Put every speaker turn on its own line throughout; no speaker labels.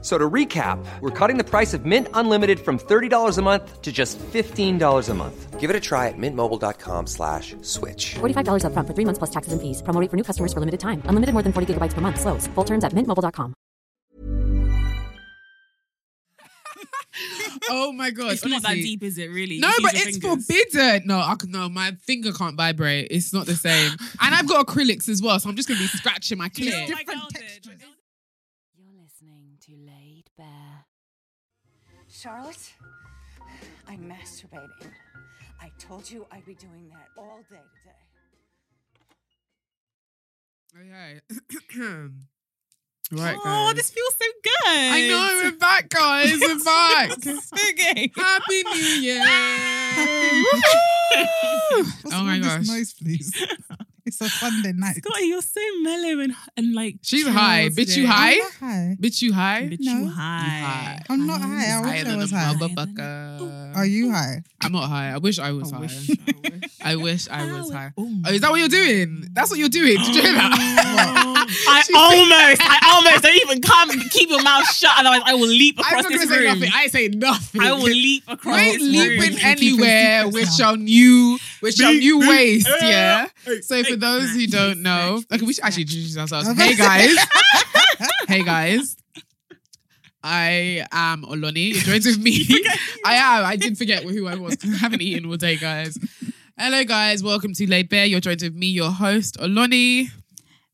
So to recap, we're cutting the price of Mint Unlimited from $30 a month to just $15 a month. Give it a try at mintmobile.com slash switch.
$45 upfront for three months plus taxes and fees. Promo rate for new customers for limited time. Unlimited more than 40 gigabytes per month. Slows. Full terms at mintmobile.com.
Oh my god!
It's not that
honestly.
deep, is it? Really?
No,
You
but
use your
it's
fingers.
forbidden. No, I can, no, my finger can't vibrate. It's not the same. and I've got acrylics as well, so I'm just gonna be scratching my
Do you know
clear.
what my girl did?
You're listening to Laid Bear. Charlotte, I'm masturbating. I told you I'd be doing that all day today.
Okay. Oh, right,
Oh,
guys.
this feels so good.
I know we're back, guys. We're back.
Okay.
Happy New Year!
What's
Oh
wrong
my
with
gosh.
this noise, please? it's a Sunday night.
Scotty, you're so mellow and, and like.
She's
chill
high. Bitch,
today.
you high?
I'm not high.
Bitch, you high?
Bitch,
No.
you high.
high.
I'm not high. I
Higher
wish I
than a
was high.
motherfucker.
Are you high?
I'm not high. I wish I was high. I wish I was high.
Oh,
Oh, is that what you're doing? That's what you're doing. Did you hear that?
I almost, I almost don't even come. Keep your mouth shut, otherwise I will leap
I'm
across
not gonna
this
say
room.
nothing. I ain't say nothing.
I will leap
You
across.
ain't
this
leaping
room.
anywhere
secrets
with
now.
your new with your new waist, yeah.
hey,
So for those who don't know, okay, we should actually introduce ourselves.
Okay.
Hey guys, hey guys. I am Oloni. You're joined with me. I am. I did forget who I was. 'cause I haven't eaten all day, guys. Hello, guys. Welcome to Laid Bear. You're joined with me, your host Oloni.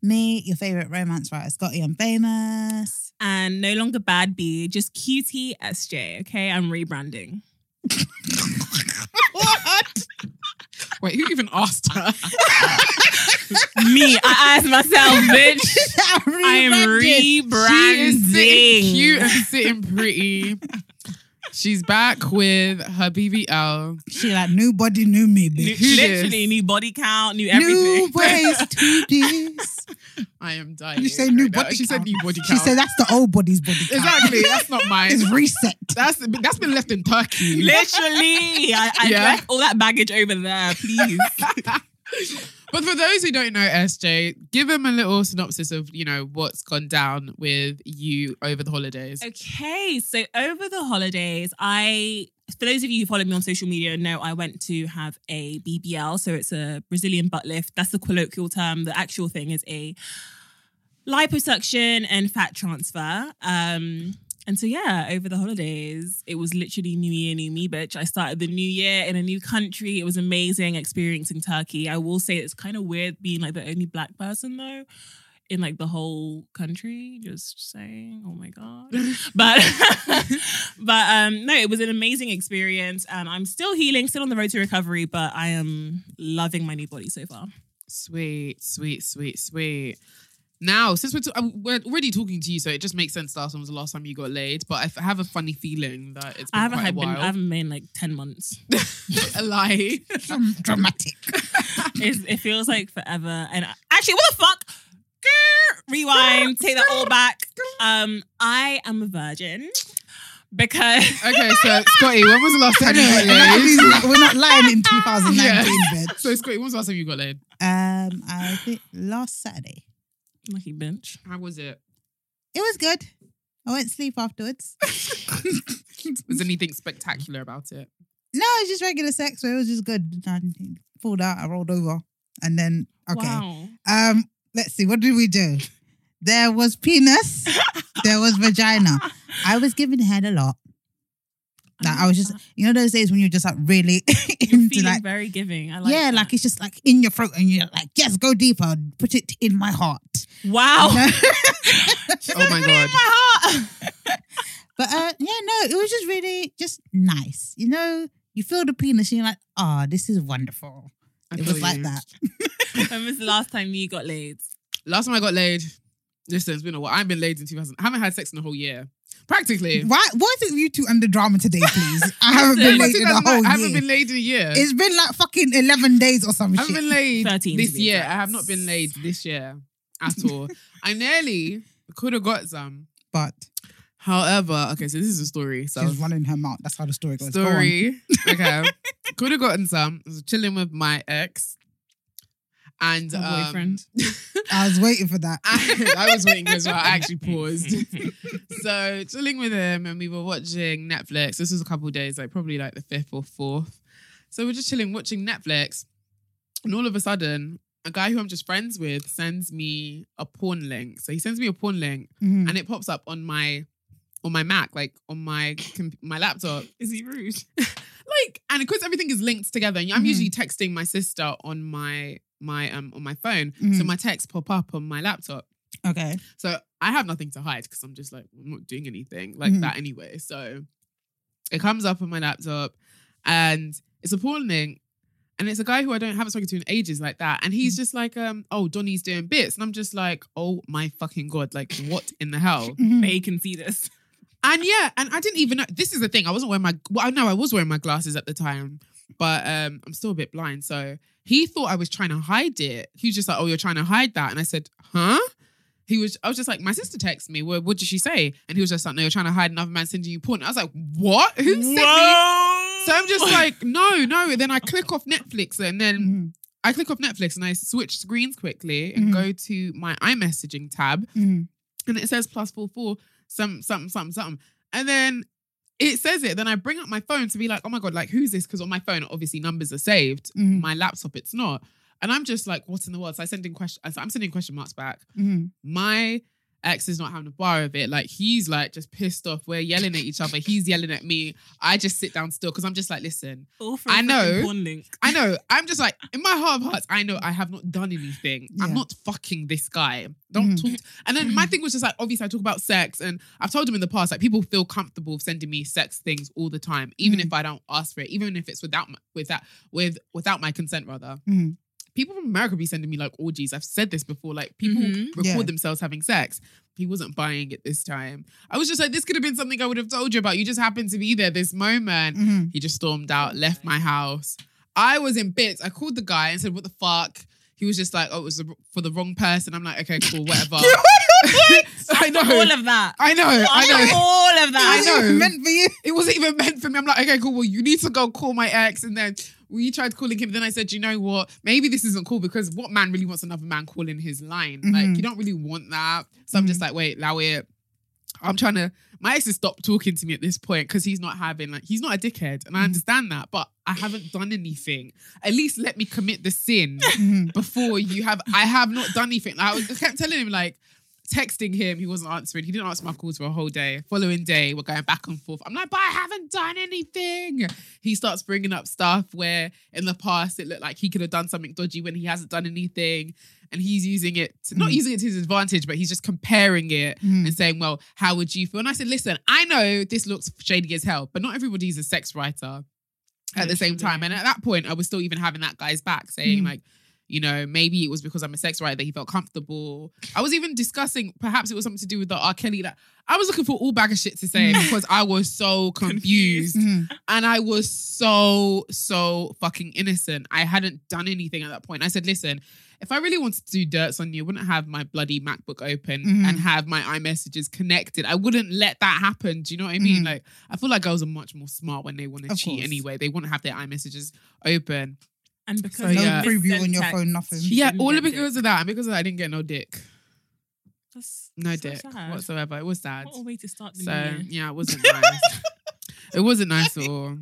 Me, your favorite romance writer, Scotty and Famous.
And no longer bad B, just cutie SJ. Okay, I'm rebranding.
What? Wait, who even asked her?
Me, I asked myself, bitch. I am
She is sitting cute
rebranding.
and sitting pretty. She's back with her BBL.
She like nobody knew me,
New,
bitch.
Who dis?
literally new body count, new everything.
New ways to this.
I am dying.
You say new
right now.
body.
She said
count.
new body count.
She said that's the old body's body count.
exactly. That's not mine.
It's reset.
That's that's been left in Turkey.
Literally, I, I
Yeah.
left all that baggage over there. Please,
but for those who don't know SJ, give them a little synopsis of you know what's gone down with you over the holidays.
Okay, so over the holidays, I for those of you who follow me on social media know I went to have a BBL, so it's a Brazilian butt lift. That's the colloquial term. The actual thing is a liposuction and fat transfer. Um and so yeah, over the holidays, it was literally new year, new me, bitch. I started the new year in a new country. It was amazing experiencing Turkey. I will say it's kind of weird being like the only black person though in like the whole country. Just saying, oh my god. but but um no, it was an amazing experience, and I'm still healing, still on the road to recovery. But I am loving my new body so far.
Sweet, sweet, sweet, sweet. Now, since we're, to, um, we're already talking to you, so it just makes sense. Last time was the last time you got laid, but I f- have a funny feeling that it's been
I haven't
quite a
had been,
while.
I haven't been in, like ten months.
a lie.
Dram- Dramatic.
It's, it feels like forever. And I- actually, what the fuck? Grr, Rewind, take that all back. Um, I am a virgin because
okay, so Scotty, when was the last time you got
Anyway, we're not
laid?
losing- we're not lying in 2019,
Yeah.
bitch.
So Scotty, when was the last time you got laid?
Um, I think last Saturday.
lucky bitch.
How was it?
It was good. I went to sleep afterwards.
Was anything spectacular about it?
No, it was just regular sex, but it was just good. I pulled out, I rolled over, and then okay.
Wow.
Um, let's see, what did we do? There was penis, there was vagina. I was giving head a lot. Like I was just, you know, those days when you're just like really
Uh-huh. You're
into
feeling
like,
very giving. I like
yeah,
that.
like it's just like in your throat, and you're like, yes, go deeper, put it in my heart.
wow.
Oh my god.
But uh, yeah, no, it was just really just nice. You know, you feel the penis and you're like, oh, this is wonderful.
I
it was
feel
like
you.
that.
when was the last time you got laid?
Last time I got laid, listen, it's been a while. I've been laid in 2000. I haven't had sex in a whole year. Practically.
Why why is it you two under drama today, please? I haven't
Listen,
been late in a
2009,
whole year.
I haven't been laid in a year.
it's been like fucking eleven days or some
I haven't
shit.
been laid
13 to
this
be
year.
exact.
I have not been laid this year at all. I nearly Could have got some.
but
However, okay, so this is a story. So
she's running her mouth. That's how the story goes. Go on.
story. Okay. Could have gotten some. I was chilling with my ex. And
Her
um,
boyfriend.
I was waiting for that.
and I was waiting as well. I actually paused. so chilling with him, and we were watching Netflix. This was a couple of days, like probably like the fifth or fourth. So we're just chilling, watching Netflix, and all of a sudden, a guy who I'm just friends with sends me a porn link. So he sends me a porn link,
Mm-hmm.
Mhm.
and it pops up on my on my Mac, like on my com- my laptop.
Is he rude? Mm-hmm.
like and because everything is linked together and i'm
Mhm.
usually texting my sister on my my um on my phone so
Mm-hmm.
Mhm.
my texts pop up on my laptop
Okay.
so i have nothing to hide because i'm just like i'm not doing anything like
Mhm.
that anyway so it comes up on my laptop and it's a porn link and it's a guy who I don't haven't spoken to in ages like that. And he's just like, um, oh, Donnie's doing bits. And I'm just like, oh my fucking God, like what in the hell?
Mhm.
They can see this.
And yeah, and I didn't even know. This is the thing. I wasn't wearing my. Well, no, I was wearing my glasses at the time, but um, I'm still a bit blind. So he thought I was trying to hide it. He was just like, "Oh, you're trying to hide that," and I said, "Huh." He was. I was just like, my sister texted me. Well, what did she say? And he was just like, "No, you're trying to hide another man sending you porn." I was like, "What? Who sent me?" So I'm just like, "No, no." And then I click off Netflix, and then
Mhm.
I click off Netflix, and I switch screens quickly and
Mhm.
go to my iMessaging tab,
Mhm.
and it says plus four four some something something something and then it says it then i bring up my phone to be like oh my god like who's this because on my phone obviously numbers are saved
Mhm.
my laptop it's not and i'm just like what in the world so i send in question i'm sending question marks back
Mhm.
my ex is not having a bar of it like he's like just pissed off we're yelling at each other he's yelling at me i just sit down still because i'm just like listen
All for a
I
freaking
know.
Porn link.
i know i'm just like in my heart of hearts i know i have not done anything i'm
Yeah.
not fucking this guy don't
Mhm.
talk and then my thing was just like, obviously, I talk about sex, and I've told him in the past, like people feel comfortable sending me sex things all the time, even
Mm-hmm.
if I don't ask for it, even if it's without my, with that with without my consent, rather.
Mhm.
People from America be sending me like orgies. I've said this before. Like people
Mhm.
record
Mm-hmm. Yeah.
themselves having sex. He wasn't buying it this time. I was just like, this could have been something I would have told you about. You just happened to be there this moment.
Mm-hmm.
Mhm.
He just stormed out, left my house. I was in bits. I called the guy and said, "What the fuck?" He was just like, "Oh, it was the- for the wrong person." I'm like, "Okay, cool, whatever." I know.
All of that.
I know. I
All
know.
of that.
I know.
Meant for you.
It wasn't even meant for me. I'm like, okay, cool. Well, you need to go call my ex, and then we tried calling him. Then I said, you know what? Maybe this isn't cool because what man really wants another man calling his line? Like,
Mhm.
you don't really want that. So I'm just like, wait, allow it. I'm trying to. My ex has stopped talking to me at this point because he's not having like he's not a dickhead, and I
Mhm.
understand that. But I haven't done anything. At least let me commit the sin
Mhm.
before you have I have not done anything. Like, I was I kept telling him like texting him, he wasn't answering. He didn't answer my calls for a whole day. Following day, we're going back and forth. I'm like, but I haven't done anything. He starts bringing up stuff where in the past it looked like he could have done something dodgy when he hasn't done anything, and he's using it to, not
Mhm.
using it to his advantage, but he's just comparing it
Mhm.
and saying, well, how would you feel? And I said, listen, I know this looks shady as hell, but not everybody's a sex writer at the same time. And at that point, I was still even having that guy's back saying,
Mm.
like, you know, maybe it was because I'm a sex writer that he felt comfortable. I was even discussing perhaps it was something to do with the R. Kelly. Like, I was looking for all bag of shit to say because I was so confused
Mhm.
and I was so, so fucking innocent. I hadn't done anything at that point. I said, listen, if I really wanted to do dirts on you, I wouldn't have my bloody MacBook open
Mhm.
and have my iMessages connected. I wouldn't let that happen. Do you know what I mean?
Mhm.
Like, I feel like girls are much more smart when they want to
Of
cheat
course.
anyway. They want to have their iMessages open.
And because
So,
of
No yeah.
this
preview on your
syntax,
phone, nothing.
she
Yeah,
didn't
all
get
because
dick.
of that. And because of that, I didn't get no dick.
That's
No
so
dick
sad.
whatsoever. It was sad.
What a way to start the
So
new year.
yeah, it wasn't nice. it wasn't nice at all.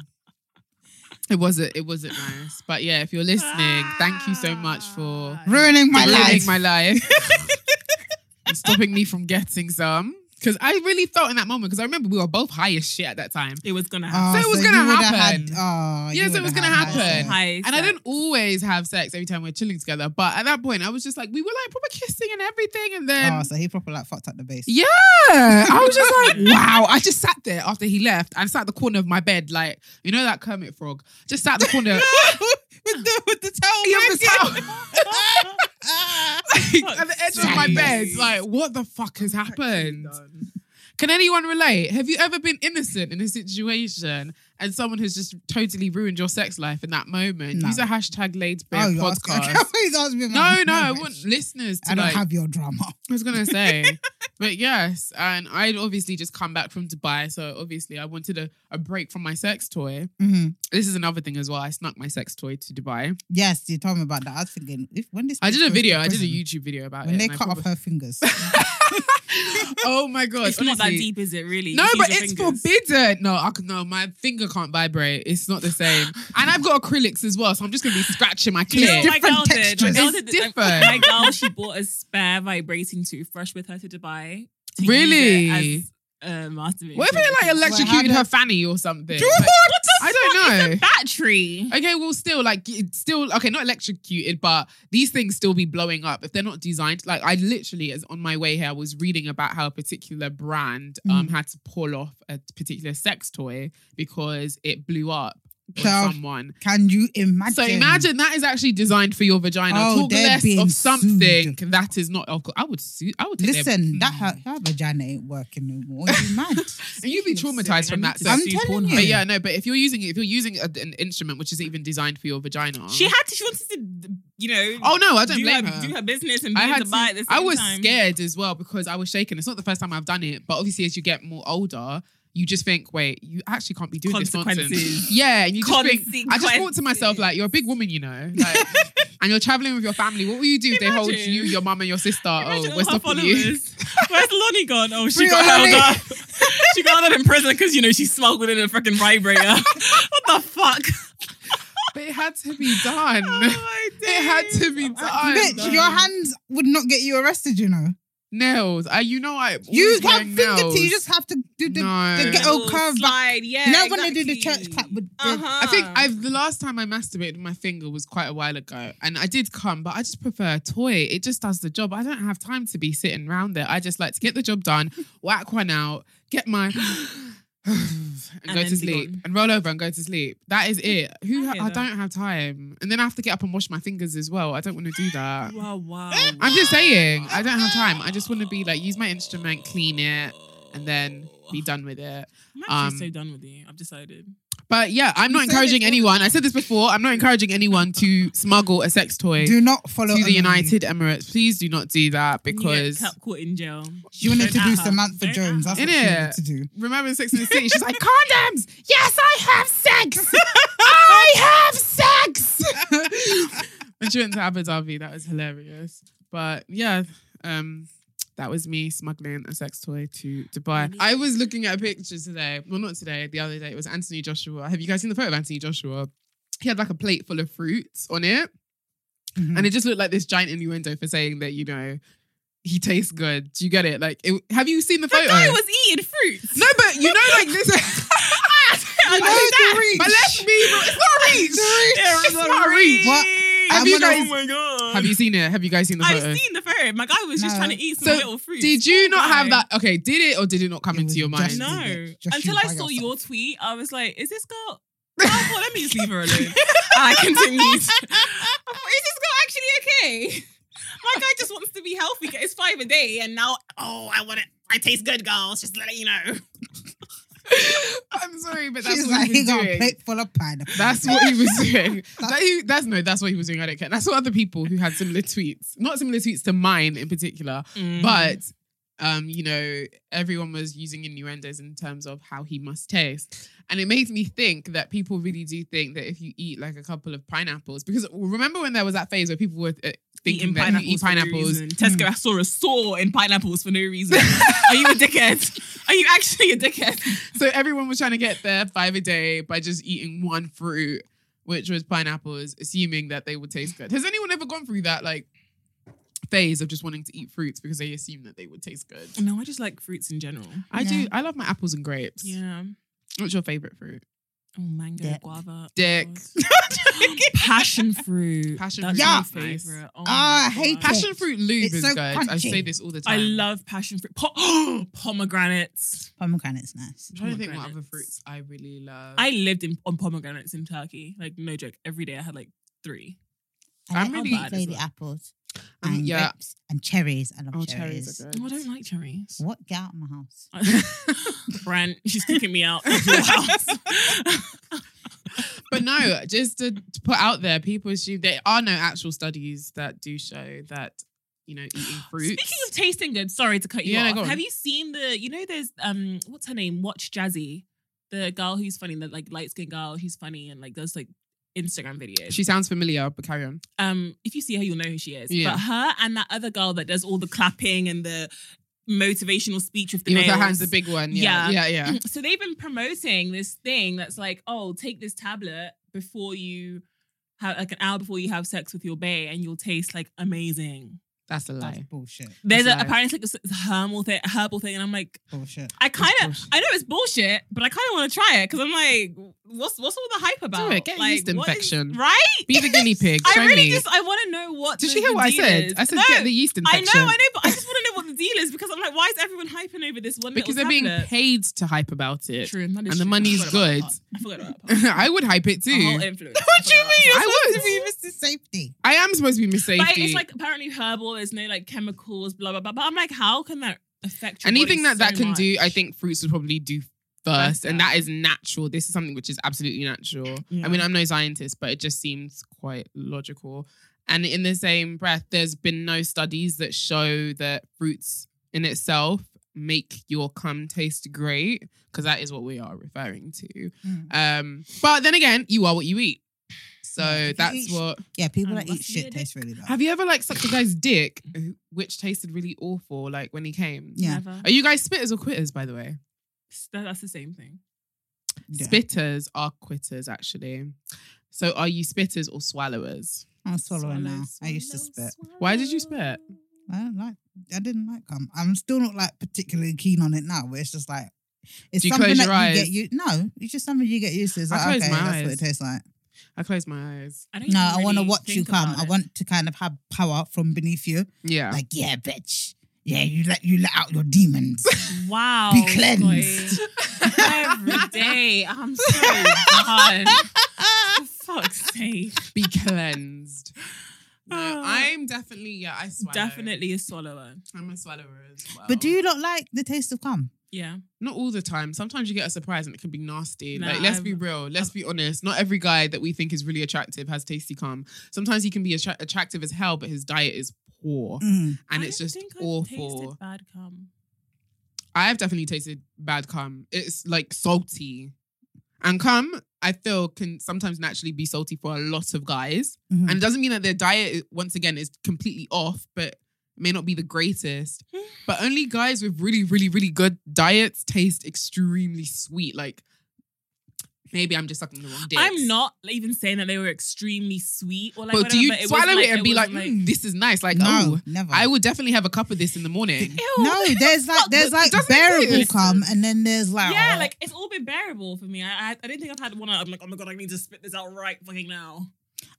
It wasn't. It wasn't nice. But yeah, if you're listening, thank you so much for
ruining my
ruining
life.
Ah. my life, and stopping me from getting some. Because I really felt in that moment. Because I remember we were both high as shit at that time.
It was gonna
Oh,
happen.
Ah, So it was
you
gonna
would've
happen.
Had, oh, you
Yes, it
would've
was gonna
had high
happen.
sex.
High
And I
sex.
don't always have sex every time we're chilling together. But at that point, I was just like, we were like proper kissing and everything. And then
oh, so he proper like fucked up the base.
Yeah, I was just like, wow. I just sat there after he left and sat at the corner of my bed, like you know that Kermit frog, just sat at the corner.
with the with the towel.
Yeah, with the
blanket.
towel. like, at the edge of my
Yes.
bed, like what the fuck has happened? Can anyone relate? Have you ever been innocent in a situation and someone has just totally ruined your sex life in that moment,
No.
use a hashtag Laid's
Oh,
Bear
you ask, I
podcast.
can't always ask me about
No,
my
no, I
marriage.
want listeners to
I don't
like.
have your drama.
I was gonna say, but yes, and I'd obviously just come back from Dubai, so obviously I wanted a, a break from my sex toy.
Mm-hmm.
Mhm.
This is another thing as well. I snuck my sex toy to Dubai.
Yes, you told me about that. I was thinking, if when this
I did
bitch
a
goes
video.
to
I did a
prison,
YouTube video about
When
it.
they
and I
cut off
probably-
her fingers,
oh my god!
It's not that
honestly.
deep, is it? Really?
No,
Just use
but
your
it's
fingers.
forbidden. No, I could, no, my finger can't vibrate. It's not the same. And I've got acrylics as well, so I'm just gonna be scratching my
You know
clit.
what my
different
girl did? My
textures.
girl
It's
did this- My
different.
girl, she bought a spare vibrating toothbrush with her to Dubai. to use it
Really?
as, uh, masturbation.
What if it like electrocuted
Well, how
her
do-
fanny or something?
What?
I don't know.
battery?
Okay, well, still, like, it's still, okay, not electrocuted, but these things still be blowing up if they're not designed. Like, I literally, as on my way here, I was reading about how a particular brand um
Mm.
had to pull off a particular sex toy because it blew up on
So-
someone.
can you imagine?
So imagine that is actually designed for your vagina.
Oh,
Talk
they're
less
being
of something
sued.
that is not alcohol. I would sue. I would take their-
Listen, that
Mm.
her, her vagina ain't working no more. You mad?
And you'd be traumatized from that. So.
I'm telling you.
but yeah, no. But if you're using if you're using a, an instrument which is even designed for your vagina,
She had to. She wanted to, you know.
Oh no, I don't
do
blame
her,
her.
Do her business and be
I
in
had
Dubai at the
to-
same
I was
time.
scared as well because I was shaken. It's not the first time I've done it, but obviously as you get more older, you just think, wait, you actually can't be doing this nonsense.
Consequences.
Yeah, and you just think. I just thought to myself,
Consequences.
like, you're a big woman, you know, like, and you're traveling with your family. What will you do if they hold
Imagine.
you, your mum, and your sister?
Imagine
Oh,
all
we're
her
stopping you.
followers. Where's Lonnie gone? Oh, she
Free
got
Lonnie.
held up. she got held up in prison because you know she smuggled in a freaking vibrator. what the fuck?
But it had to be done.
Oh, my
it had
days. Oh
to be done.
Bitch, your hands would not get you arrested, you know.
nails. I, you know, I
You
always
have
wearing
finger
nails.
tea, you just have to do the,
No.
the
Get
ghetto
Little
curve back.
slide, yeah.
You know when they do the
exactly.
church clap with the-
Uh-huh.
I think I've the last time I masturbated with my finger was quite a while ago, and I did come, but I just prefer a toy. It just does the job. I don't have time to be sitting around there. I just like to get the job done, whack one out, get my and, go
then
to
be
sleep,
gone.
and roll over and go to sleep. That is it. Who
I
I,
hear that.
don't have time, and then I have to get up and wash my fingers as well. I don't want to do that.
Wow, wow.
I'm just saying, I don't have time. I just want to be like use my instrument, clean it, and then be done with it.
I'm actually
um,
so done with you. I've decided.
But yeah, I'm not
said
encouraging
it all the
anyone. I said this before. I'm not encouraging anyone to smuggle a sex toy
Do not follow
to the
Emily.
United Emirates. Please do not do that
When you get
because
ca- caught in jail.
She wanted to
Don't
do
at her.
Samantha
Don't at
Jones.
her.
That's what she
Innit?
wanted to do.
remember Sex in the City, she's like condoms. Yes, I have sex. I have sex. when she went to Abu Dhabi, that was hilarious. But yeah, um, that was me smuggling a sex toy to Dubai. I was looking at a picture today. Well, not today. The other day, it was Anthony Joshua. Have you guys seen the photo of Anthony Joshua? He had like a plate full of fruits on it.
Mhm.
And it just looked like this giant innuendo for saying that, you know, he tastes good. Do you get it? Like, it, have you seen the
The
photo?
guy was eating fruits.
no, but you know, like this.
I know
Oh,
that.
the reach.
but let's be real. It's not a reach.
There
It's
is a
not a reach.
What?
Have
I'm
you
gonna-
guys-
Oh my god.
Have you seen it? Have you guys seen the
I've
photo?
seen the ferret. My guy was just
No.
trying to eat some
So,
little fruit.
Did you not have
Why?
that? Okay, did it or did it not come
It
into
was
your mind?
just-
No.
Just
Until
you
I
by
saw
yourself.
your tweet, I was like, is this girl? Oh, well, let me just leave her alone. And I continued. I thought, is this girl actually okay? My guy just wants to be healthy. It's five a day, and now, oh, I want it. I taste good, girls. Just let it, you know.
I'm sorry, but that's
She's
what
like,
he
he
was
got a
doing.
plate full of pineapple.
That's what he was doing. That he- that's no, that's what he was doing. I don't care. That's what other people who had similar tweets, not similar tweets to mine in particular,
Mm.
but um, you know, everyone was using innuendos in terms of how he must taste. And it made me think that people really do think that if you eat like a couple of pineapples, because remember when there was that phase where people were uh, thinking
Eating
that if you eat
pineapples. For no
pineapples. Hmm.
reason. Tesco, I saw a saw in pineapples for no reason. Are you a dickhead? Are you actually a dickhead?
So everyone was trying to get there five a day by just eating one fruit, which was pineapples, assuming that they would taste good. Has anyone ever gone through that like phase of just wanting to eat fruits because they assume that they would taste good?
No, I just like fruits in general.
I do. I love my apples and grapes.
Yeah.
What's your favorite fruit?
Oh, mango,
Dick.
guava,
Dick.
passion fruit.
Passion
That's
fruit
my
is nice.
favorite. Oh,
Ah, I
my
hate
God.
Passion fruit lube
It's
is
so
good. I
crunchy.
say this all the time.
I love passion fruit. Po- pomegranates.
Pomegranate's nice.
I'm trying to think what other
pomegranates.
fruits I really love.
I lived in, on pomegranates in Turkey. Like no joke. Every day I had like three.
I'm
like
really-
Lady apples. and
Um, Yeah.
grapes and cherries. I love
Oh,
cherries.
cherries are
Oh, I
good.
don't like cherries.
What? Get out of my house.
Brand, she's kicking me out of your house.
But no, just to, to put out there, people assume there are no actual studies that do show that, you know, eating fruits.
Speaking of tasting good, sorry to cut you
Yeah, no,
off.
go on.
Have you seen the? You know, there's um, what's her name? Watch Jazzy, the girl who's funny, the like light skinned girl who's funny and like does like Instagram videos.
she sounds familiar, but carry on.
um, if you see her, you'll know who she is.
Yeah.
But her and that other girl that does all the clapping and the motivational speech with the
You know,
nails. Mm,
her hand's the big one. Yeah. Yeah. Yeah.
So they've been promoting this thing that's like, oh, take this tablet before you have like an hour before you have sex with your bae, and you'll taste like amazing.
That's a
That's
lie.
bullshit.
There's
That's
a,
life.
apparently it's like this herbal thing, herbal thing, and I'm like,
Bullshit.
I kind of,
bullshit.
I know it's bullshit, but I kind of want to try it because I'm like, what's what's all the hype about?
it, get
like,
yeast
what is-
infection.
right?
Be the guinea pig. Show
I really
me.
just, I want to know what.
Did
the-
she hear
the
what I
deal
said?
is.
I said
No,
get the yeast
I
infection.
know, I know, but I just want to know what the deal is because I'm like, why is everyone hyping over this one?
Because they're
little
being
tablet?
paid to hype about it.
True, that is
and the
true.
money's
I forgot about
good.
that part. I forgot about that part.
I would hype it
A whole
too.
influence. What do you mean?
I would.
Maybe Mr. Safety.
I am supposed to be Miss Safety.
But it's like apparently herbal. There's no like chemicals, blah blah blah. But I'm like, how can that affect your
Anything that
body
that
so
can do, I
much?
think fruits would probably do first, and that is natural. This is something which is absolutely natural.
Yeah.
I mean, I'm no scientist, but it just seems quite logical. And in the same breath, there's been no studies that show that fruits in itself make your cum taste great, because that is what we are referring to.
Mm.
Um, but then again, you are what you eat. So
Yeah, if you
that's
eat sh-
what.
Yeah, people
Um,
that eat
what's
shit
needed?
taste really bad.
Have you ever like sucked a guy's dick, which tasted really awful, like when he came?
Yeah.
Never.
Are you guys spitters or quitters, by the way?
That- that's the same thing.
Yeah.
Spitters are quitters, actually. So are you spitters or swallowers?
I'm swallowing
Swallow,
now. I used to
swallow,
spit.
Why did you
swallow.
spit?
I don't like. I didn't like cum. I'm still not like particularly keen on it now. But it's just like it's
Do you
something
close
that
your
you
eyes?
get you. No, it's just something you get used to. It's
I
like,
close
okay,
my
that's what
eyes.
it tastes like.
I closed my eyes.
I don't
No,
even
I want to
really
watch you
think
come.
about
I
it.
want to kind of have power from beneath you.
Yeah.
Like, yeah, bitch. Yeah, you let you let out your demons.
Wow.
Be cleansed.
Joy. Every day. I'm so done. For fuck's sake.
Be cleansed. No,
Ah.
I'm definitely, yeah, I swallow.
Definitely a swallower.
I'm a swallower as well.
But do you not like the taste of cum?
Yeah.
Not all the time. Sometimes you get a surprise and it can be nasty.
Nah,
like, let's
I've-
be real. Let's be honest. Not every guy that we think is really attractive has tasty cum. Sometimes he can be attra- attractive as hell, but his diet is poor
Mm.
and
I
it's
don't
just
think I've
awful.
tasted bad cum.
I've definitely tasted bad cum. It's like salty. And cum, I feel, can sometimes naturally be salty for a lot of guys.
Mhm.
And it doesn't mean that their diet, once again, is completely off, but may not be the greatest. but only guys with really, really, really good diets taste extremely sweet. Like, maybe I'm just sucking the wrong dick.
I'm not even saying that they were extremely sweet or like
But do you
whatever, but it
swallow it,
wasn't like-
and be like,
wasn't
"Mm, this is nice? Like,
no,
oh,
never.
I would definitely have a cup of this in the morning.
Ew.
No, there's like there's
It
like
doesn't
bearable
exist.
cum, and then there's like
Yeah,
oh,
like it's all been bearable for me. I I, I didn't think I've had one. I'm like, oh my god, I need to spit this out right fucking now.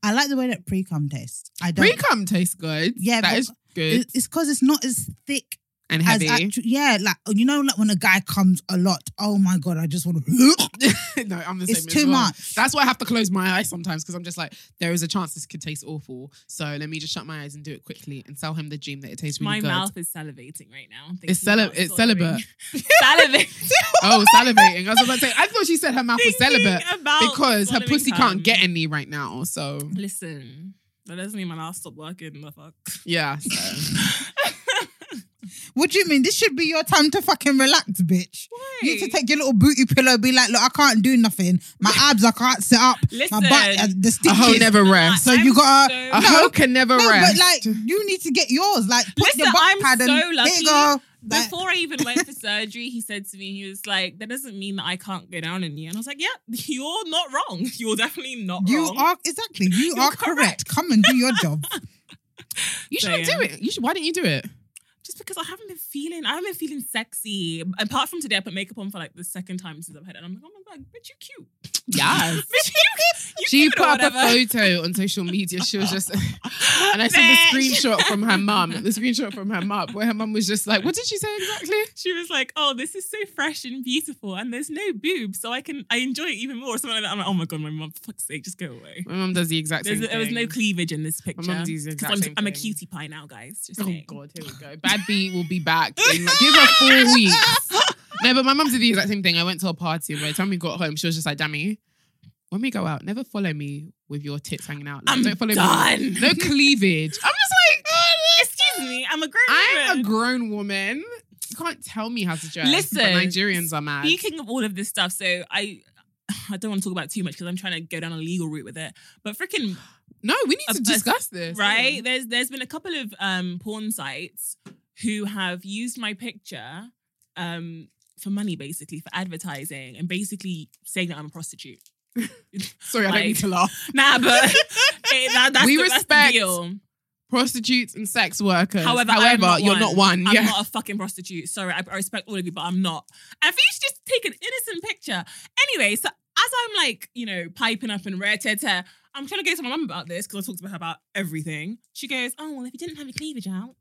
I like the way that pre cum tastes. I don't.
Pre cum tastes good.
Yeah,
that
but
is good
it- It's because it's not as thick
and
as
heavy.
actu- yeah, like you know, like when a guy comes a lot. Oh my god, I just want to.
no, I'm the same.
It's
as
too
well.
much.
That's why I have to close my eyes sometimes because I'm just like, there is a chance this could taste awful. So let me just shut my eyes and do it quickly and tell him the dream that it tastes really
my
good.
mouth is salivating right now. I'm
It's
thinking
celi-
about
it's
swallowing.
celibate.
salivating.
Oh, salivating. I was about to say, I thought she said her mouth was celibate
Thinking about
because her
swallowing
pussy
cum.
can't get any right now. So
Listen, that doesn't mean my mouth stopped working. The fuck.
yeah. So.
What do you mean? This should be your time to fucking relax, bitch. You need to take your little booty pillow. Be like, look, I can't do nothing. My abs, I can't sit up.
Listen.
my butt, uh, the
a
stitches.
hoe never rests.
so
I'm
you gotta.
so-
A
no,
hoe can never
no,
rest.
but like you need to get yours. Like put
Listen,
your butt
I'm
pad and
so
Here
lucky.
you go. Like,
Before I even went for surgery, he said to me, he was like, "That doesn't mean that I can't go down in you." And I was like, "Yeah, you're not wrong. You're definitely not
you
wrong."
are exactly. You
You're
are correct.
correct.
Come and do your job.
you
So,
shouldn't
yeah.
do it. You should, why didn't you do it?
just because I haven't been feeling, I haven't been feeling sexy. Apart from today, I put makeup on for like the second time since I've had it. And I'm like, oh my
like, bitch, you cute.
Yes.
Bitch, you,
She
you cute
put
or
up a
whatever.
photo on social media. She was just, and I sent
Bitch.
the screenshot from her mum. The screenshot from her mum, where her mum was just like, "What did she say exactly?"
She was like, "Oh, this is so fresh and beautiful, and there's no boobs, so I can I enjoy it even more." Or something like that. I'm like, "Oh my god, my mum, for fuck's sake, just go away."
My mum does the exact
There's,
same.
there was no
thing.
cleavage in this picture.
mum does the
'Cause
exact
I'm,
same
I'm a
thing.
cutie pie now, guys. Just
Oh
saying.
god, here we go. Bad B will be back. In, like, give her four weeks. No, but my mum did the exact same thing. I went to a party, and by the time we got home, she was just like, "Dammy, when we go out, never follow me with your tits hanging out. Like,
I'm
don't follow
done.
me. No cleavage. I'm just like,
Excuse me, I'm a grown
I'm a
woman.
grown woman. You can't tell me how to dress.
Listen,
but Nigerians are mad.
Speaking of all of this stuff, so I I don't want to talk about it too much because I'm trying to go down a legal route with it. But freaking
No, we need
of
to
us,
discuss this.
right, there's there's been a couple of um porn sites who have used my picture um for money basically for advertising and basically saying that I'm a prostitute.
Sorry, I
Like-
don't need to laugh.
Nah, but eh, that- that's
We
the, That's the
respect
deal.
Prostitutes and sex workers.
However,
However,
I am not
you're
one.
not one.
I'm
yeah.
not a fucking prostitute. Sorry, I, I respect all of you, but I'm not. And for you to just take an innocent picture. Anyway, so as I'm like, you know, piping up and rare tear tear, I'm trying to go to my mum about this because I talked to her about everything. She goes, Oh, well, if you didn't have your cleavage out.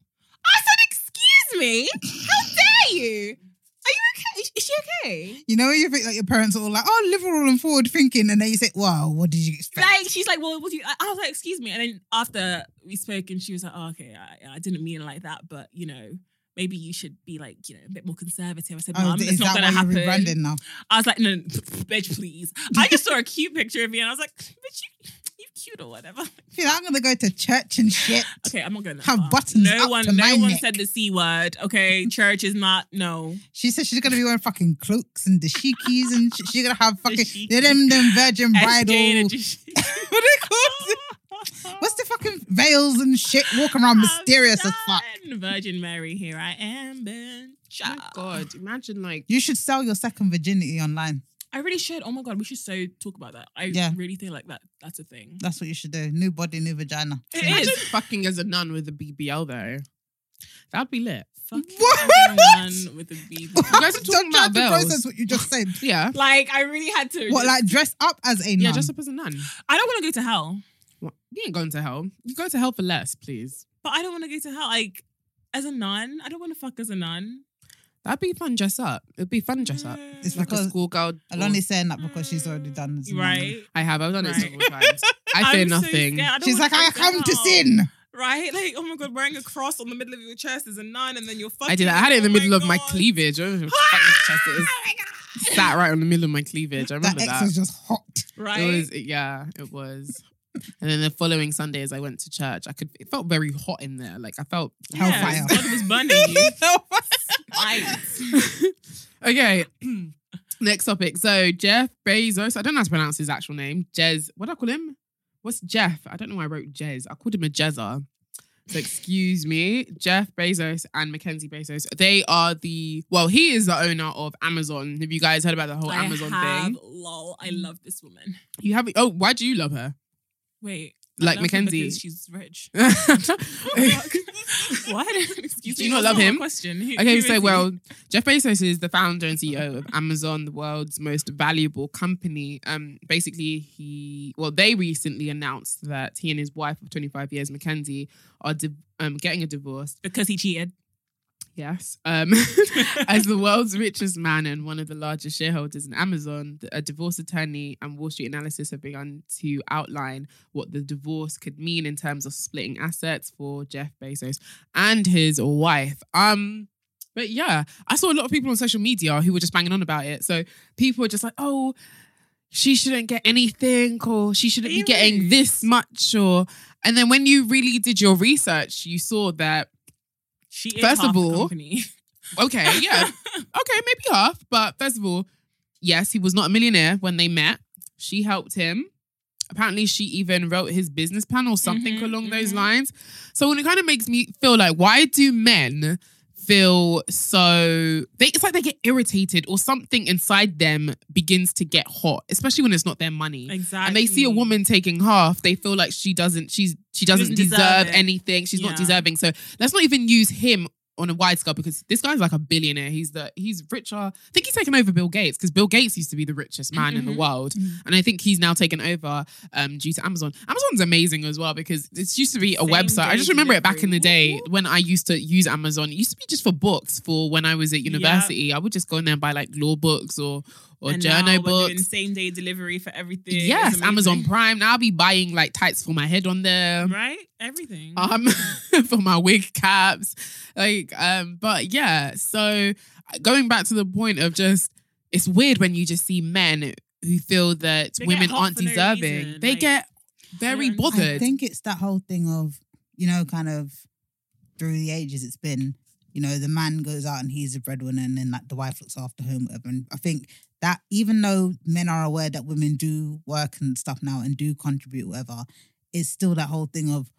I said, Excuse me? How dare you? Are you okay? Is she okay?
You know when you think like your parents are all like, oh, liberal and forward thinking, and then you say, wow, what did you expect?
Like she's like, well, what do you? I I was like, excuse me. And then after we spoke, and she was like, oh, okay, I, I didn't mean it like that, but you know, maybe you should be like, you know, a bit more conservative. I said,
oh,
mum,
is
it's not
that
gonna
why
happen.
you're rebranding now?
I was like, no, no, bitch, please. I just saw a cute picture of you, and I was like, bitch, you, you cute or whatever.
Feel like I'm gonna go to church and shit.
Okay, I'm not going. That
Have
far.
buttons
No
up
one,
to
no
my
one
neck.
said the c word. Okay, church is not no.
She said she's gonna be wearing fucking cloaks and dashikis and shit. She's gonna have fucking
Dashiki.
them them virgin bridal.
SJ and
what
a-
are they called? What's the fucking veils and shit walking around
I'm
mysterious as fuck?
done. Virgin Mary, here I am, bitch.
Oh my God, imagine like
You should sell your second virginity online.
I really should. Oh my god, we should so talk about that. I
Yeah.
really think like that. That's a thing.
That's what you should do. New body, new vagina.
It
imagine
is.
fucking as a nun with a BBL though. That'd be lit.
Fuck
What?
everyone with a BB.
You guys are talking
Don't try
about
to
veils.
process what you just said.
Yeah.
like I really had to.
What,
just-
like dress up as a nun?
Yeah, just up as a nun.
I don't want to go to hell,
What? You ain't going to hell. You go to hell for less, please.
but I don't want to go to hell. Like as a nun, I don't want to fuck as a nun.
That'd be fun dress up. It'd be fun dress up.
It's
Like a
because
schoolgirl.
Aloni's saying that because she's already done this.
right.
I have. I've done it
Right.
several times. I
I'm
fear
so
nothing.
scared. I don't
She's
wanna
like, I
go
come to
hell.
sin.
Right? Like, oh my god, wearing a cross on the middle of your chest is a nun, and then you're fucking.
I did. I had it in the
Oh
middle of my
God.
cleavage. I don't know what the fuck
Ah!
this chest is.
Oh my God.
Sat right on the middle of my cleavage. I
That
remember
ex
that.
was just hot.
Right.
It was. Yeah, it was. And then the following Sunday, as I went to church, I could. It felt very hot in there. Like I felt
Yeah,
Hellfire.
God was burning you.
okay. Next topic. So Jeff Bezos. I don't know how to pronounce his actual name. Jez. What do I call him? What's Jeff? I don't know why I wrote Jez. I called him a Jezzer. So excuse me. Jeff Bezos and Mackenzie Bezos. They are the well, he is the owner of Amazon. Have you guys heard about the whole
I
Amazon
have,
thing?
Lol, I love this woman.
You have oh, why do you love her?
Wait, I
Like
love her
Mackenzie.
because she's rich. Fuck.
okay,
what? Excuse
Do
me,
you not
that's
love
my
him?
Question. Who- who is he?
so well, Jeff Bezos is the founder and CEO of Amazon, the world's most valuable company. Um, basically, he well, they recently announced that he and his wife of 25 years, Mackenzie, are div um, getting a divorce.
because he cheated.
Yes, um, as the world's richest man and one of the largest shareholders in Amazon, a divorce attorney and Wall Street analysts have begun to outline what the divorce could mean in terms of splitting assets for Jeff Bezos and his wife. Um, but yeah, I saw a lot of people on social media who were just banging on about it. So people were just like, "Oh, she shouldn't get anything, or she shouldn't be getting this much," or and then when you really did your research, you saw that
She is
First of
half the
all-
company.
Okay, yeah. okay, maybe half. But first of all, yes, he was not a millionaire when they met. She helped him. Apparently, she even wrote his business plan or something
Mhm,
along those
mhm.
lines. So when it kind of makes me feel like, why do men feel so they it's like they get irritated or something inside them begins to get hot, especially when it's not their money.
exactly.
And they see a woman taking half, they feel like she doesn't she's she doesn't
doesn't deserve
deserve
it.
anything. She's
Yeah.
not deserving. So let's not even use him on a wide scale because this guy's like a billionaire. He's the he's richer. I think he's taken over Bill Gates because Bill Gates used to be the richest man
Mm-hmm.
in the world, and I think he's now taken over um, due to Amazon. Amazon's amazing as well because it used to be a
Same
website. I
day
just remember it back in the
delivery.
day when I used to use Amazon. It used to be just for books for when I was at university. I would just go in there and buy like law books or or
And now
journal
we're doing
books.
same day delivery for everything. It's
Yes,
amazing.
Amazon Prime. Now I'll be buying like tights for my head on there
Right? Everything.
um for my wig caps like um but yeah so uh, going back to the point of just it's weird when you just see men who feel that
They get
women
hot
aren't
for no
deserving
reason,
they
like,
get very
I don't
bothered
I think it's that whole thing of, you know, kind of through the ages it's been, you know, the man goes out and he's the breadwinner and then like the wife looks after home, whatever. And I think that even though men are aware that women do work and stuff now and do contribute, whatever, it's still that whole thing of,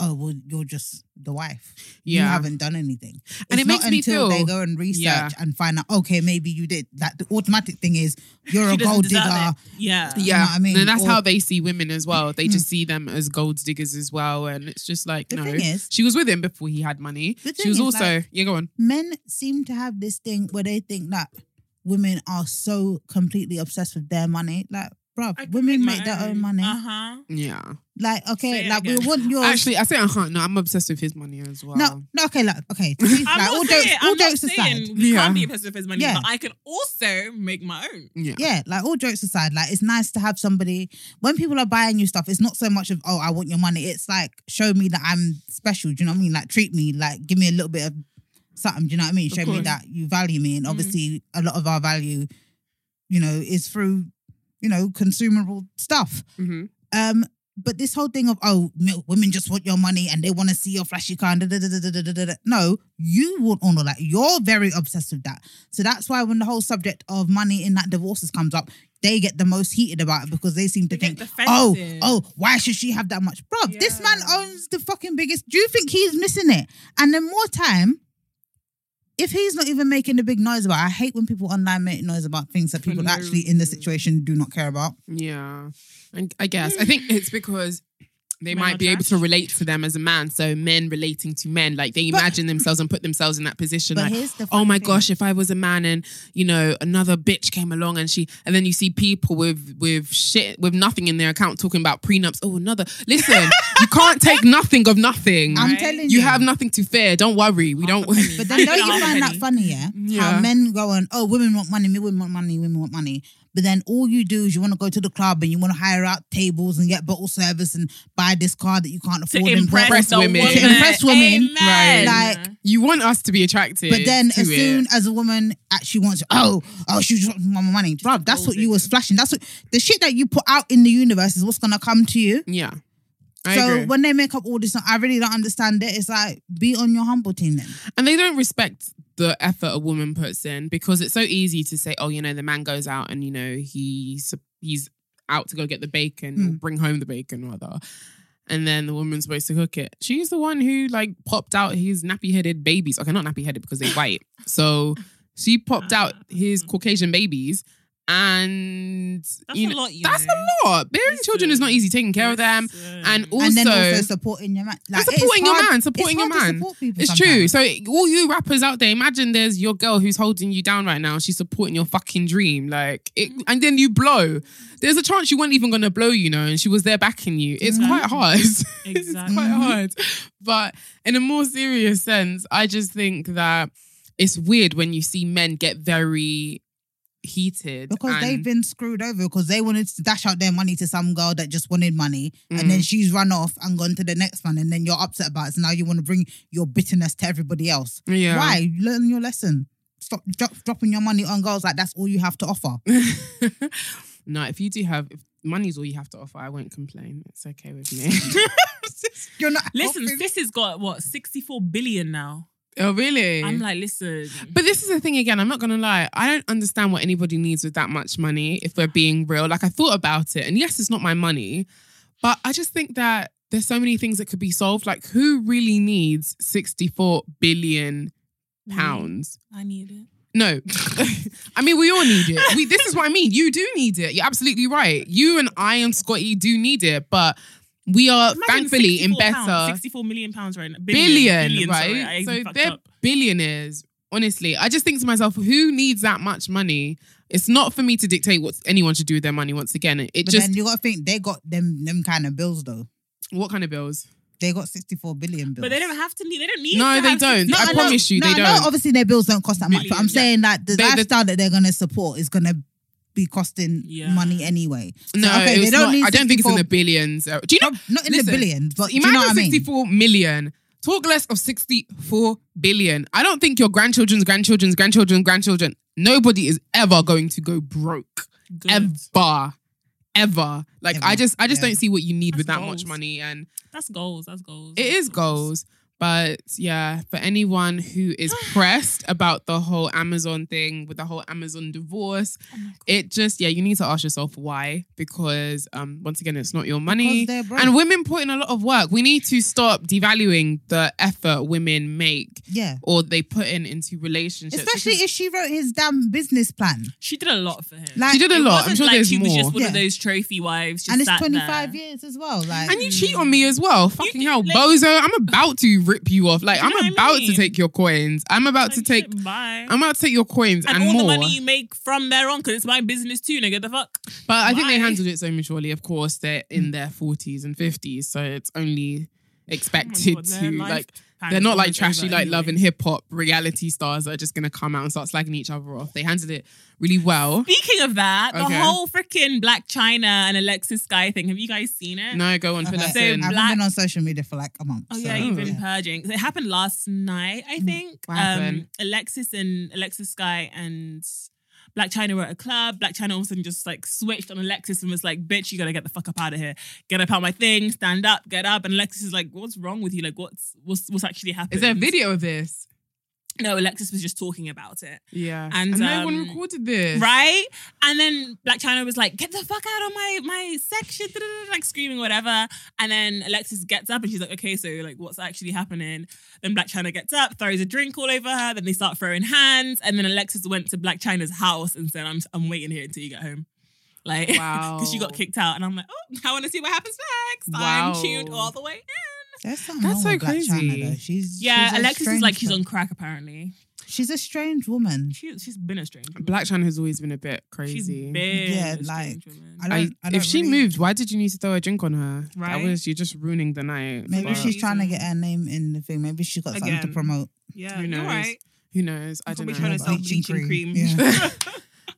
oh, well, you're just the wife. You
yeah
haven't done anything.
And
It's
it
not
makes me
until they
feel-
go and research
Yeah.
and find out, okay, maybe you did. That the automatic thing is you're
She
a
doesn't
gold
deserve
digger.
it. Yeah.
you
yeah
know what I mean?
and that's
Or- Hmm.
how they see women as well they just see them as gold diggers as well and it's just like
The
no
thing is-
she was with him before he had money
The
she
thing
was
is,
also
like-
yeah go on
men seem to have this thing where they think that women are so completely obsessed with their money. Like,
I
bruv,
can
women make their own, money.
Uh huh.
yeah
Like,
Say
okay,
it
like we
again.
want yours.
actually i say uh-huh no i'm obsessed with his money as well
no, no, okay, like, okay. to be-
I'm
like,
not
all
saying,
jokes, all
I'm not
jokes
saying
aside.
we
Yeah.
can't be obsessed with his money,
Yeah.
but I can also make my own.
yeah
Yeah, like all jokes aside, like it's nice to have somebody. When people are buying you stuff, it's not so much of oh, I want your money. It's like show me that I'm special. Do you know what I mean? Like treat me, like give me a little bit of something. Do you know what I mean?
Of
show me
course.
that you value me, and
Mm.
obviously a lot of our value, you know, is through, you know, consumable stuff.
hmm
Um, but this whole thing of oh, m- women just want your money and they want to see your flashy car. And da, da, da, da, da, da, da, da. No, you want all of that. You're very obsessed with that. So that's why when the whole subject of money in that divorces comes up, they get the most heated about it because they seem to
They get
think, oh,
defensive.
oh, why should she have that much, bruv? This man
Yeah.
owns the fucking biggest. Do you think he's missing it? And then more time. If he's not even making a big noise about, it, I hate when people online make noise about things that
For
people
no
actually in the
reason.
situation do not care about.
Yeah, and I guess I think it's because they
Men are
might be able to
trash.
relate to them as a man. So men relating to men, like they
But-
imagine themselves and put themselves in that position.
But
like,
here's the
oh
funny
my
thing.
gosh, if I was a man and you know another bitch came along and she, and then you see people with with shit with nothing in their account talking about prenups. Oh, another. Listen, you can't take nothing of nothing.
I'm
Right?
telling you,
you have nothing to fear. Don't worry. We don't.
But then don't you
Half a
find that
penny.
funny, yeah?
Yeah.
How men go on, oh, women want money, women want money, women want money. But then all you do is you want to go to the club and you want to hire out tables and get bottle service and buy this car that you can't
To
afford and
impress,
blah, blah,
impress
the
women.
woman.
To
impress women,
Amen.
right. like,
you want us to be attractive.
But then,
to
as
it.
soon as a woman actually wants, oh, oh, she just wants my money, bruv. That's what you was flashing. That's what the shit that you put out in the universe is what's gonna come to you.
yeah. I
so
agree.
when they make up all this, I really don't understand it. It's like be on your humble team then.
And they don't respect the effort a woman puts in because it's so easy to say, oh, you know, the man goes out and you know he's he's out to go get the bacon
Hmm.
or
Mm.
bring home the bacon rather, and then the woman's supposed to cook it. She's the one who like popped out his nappy headed babies. Okay, not nappy headed because they white. so she popped out
Ah.
his Caucasian babies, and
That's
you
a
know,
lot, you
that's
know.
a lot. Bearing children is not
Listen.
easy. Taking care of them.
Listen.
And also,
and then also supporting your man, like it is
supporting your
hard-
man,
it's
supporting your
hard to
man.
support people
It's
sometimes.
true. So all you rappers out there, imagine there's your girl who's holding you down right now. and She's supporting your fucking dream, like, it,
Mm.
and then you blow. There's a chance you weren't even gonna blow, you know, and she was there backing you. It's
Mm.
quite hard. it's
Exactly.
quite hard. But in a more serious sense, I just think that it's weird when you see men get very heated
Because
and-
they've been screwed over because they wanted to dash out their money to some girl that just wanted money. And
Mm.
then she's run off and gone to the next one. And then you're upset about it. So now you want to bring your bitterness to everybody else.
yeah.
Why? Learn your lesson. Stop drop, dropping your money on girls like that's all you have to offer.
no, if you do have if money's all you have to offer, I won't complain. It's okay with me.
You're not.
Listen,
helping.
this has got what 64 billion now.
oh really?
I'm like, listen,
But this is the thing again, I'm not gonna lie, I don't understand what anybody needs with that much money if we're being real. Like I thought about it, and yes, it's not my money, but I just think that there's so many things that could be solved. Like who really needs 64 billion
Mm.
pounds?
I need it.
No. I mean, we all need it. We this is what I mean. You do need it. You're absolutely right. You and I and Scotty do need it, but we are
Imagine
thankfully in
64
better
pounds, 64 million pounds right now.
billion,
billion sorry, I
right?
even
so
fucked
they're
up.
billionaires. Honestly, I just think to myself, who needs that much money? It's not for me to dictate what anyone should do with their money. Once again, it
But
just
then you got to think they got them them kind of bills though.
what kind of bills?
They got sixty four billion bills.
But they don't have to need. They don't need.
No,
to
they
have
don't. I
no.
promise you,
no,
they
I know
don't.
obviously their bills don't cost that much,
Billion,
but I'm
yeah.
saying that the
They- the-
lifestyle that they're going to support is going to be costing
Yeah.
money anyway. So,
No,
okay,
it was
they don't
not-
need
I don't think it's in the
64
billions. Uh, Do you know?
Not in
Listen,
the billions, but you
Imagine
know what I mean.
64 million. Talk less of 64 billion. I don't think your grandchildren's grandchildren's grandchildren's grandchildren, nobody is ever going to go broke.
Good.
Ever. Ever. Like I
Ever.
just I just
Yeah.
don't see what you need with that
That's
much
goals.
money. And
That's goals. That's goals.
it is goals. But yeah, for anyone who is pressed about the whole Amazon thing with the whole Amazon divorce,
Oh
it just yeah, you need to ask yourself why because um once again it's not your money.
Because they're broke.
And women put in a lot of work. We need to stop devaluing the effort women make
yeah,
or they put in into relationships.
especially
Because
if she wrote his damn business plan.
She did a lot for him.
Like,
she did a
It
lot. I'm
wasn't
sure
like
there's
she was
more.
just one
Yeah.
of those trophy wives. Just
and it's
sat
twenty five
there.
years as well. Like,
and you cheat on me as well. Fucking hell,
like-
bozo! I'm about to rip you off. Like
Do you know what I
I'm about to
mean?
take your coins. I'm about to
Like,
take.
shit, Bye.
I'm about to take your coins and,
and all
more.
the money you make from there on, because it's my business too. Nigga, the fuck.
But I think they
Why? Mm.
handled it so maturely. Of course, they're in their forties and fifties, so it's only expected
Oh their
to
life
like.
plan
They're
is
not like
almost
trashy,
over
like
anyway.
love and hip hop reality stars that are just gonna come out and start slagging each other off. They handled it really well.
Speaking of that,
Okay.
the whole freaking Black China and Alexis Sky thing. Have you guys seen it?
No, go on, fill us
so
in.
I haven't
black-
been on social media for like a month.
Oh
so,
yeah, you've been purging. It happened last night, I think.
Mm,
Um,
What happened?
Alexis and Alexis Sky and Black China were at a club. Black China all of a sudden just like switched on Alexis and was like, "Bitch, you gotta get the fuck up out of here. Get up out my thing. Stand up. Get up." And Alexis is like, "What's wrong with you? Like, what's what's what's actually happening?"
Is there a video of this?
No, Alexis was just talking about it.
Yeah, and,
And,
no one
um,
recorded this,
Right? And then Black China was like, get the fuck out of my my section, like screaming whatever. And then Alexis gets up and she's like, okay, so like what's actually happening? Then Black China gets up, throws a drink all over her, then they start throwing hands. And then Alexis went to Black China's house and said, I'm I'm waiting here until you get home. Like,
Wow.
because she got kicked out. And I'm like, oh, I want to see what happens next.
Wow.
I'm tuned all the way in.
There's something
That's
wrong
so
with Black
crazy.
China, though. She's
Yeah,
she's a
Alexis is
strange
like, she's
one.
on crack apparently.
She's a strange woman.
She, she's been a strange woman.
Black China has always been a bit
She's
crazy.
been
Yeah,
a strange
like,
woman.
I
I-
don't, I
if
don't
she
really-
moved, why did you need to throw a drink on her? That
Right?
was you're just ruining the night.
Maybe
But
she's trying to
reason.
get her name in the thing. Maybe she got something to
Again.
promote.
Yeah,
Who knows?
you're right.
Who knows? I don't
Probably
know.
trying to sell
Bleaching
bleaching cream.
cream, yeah.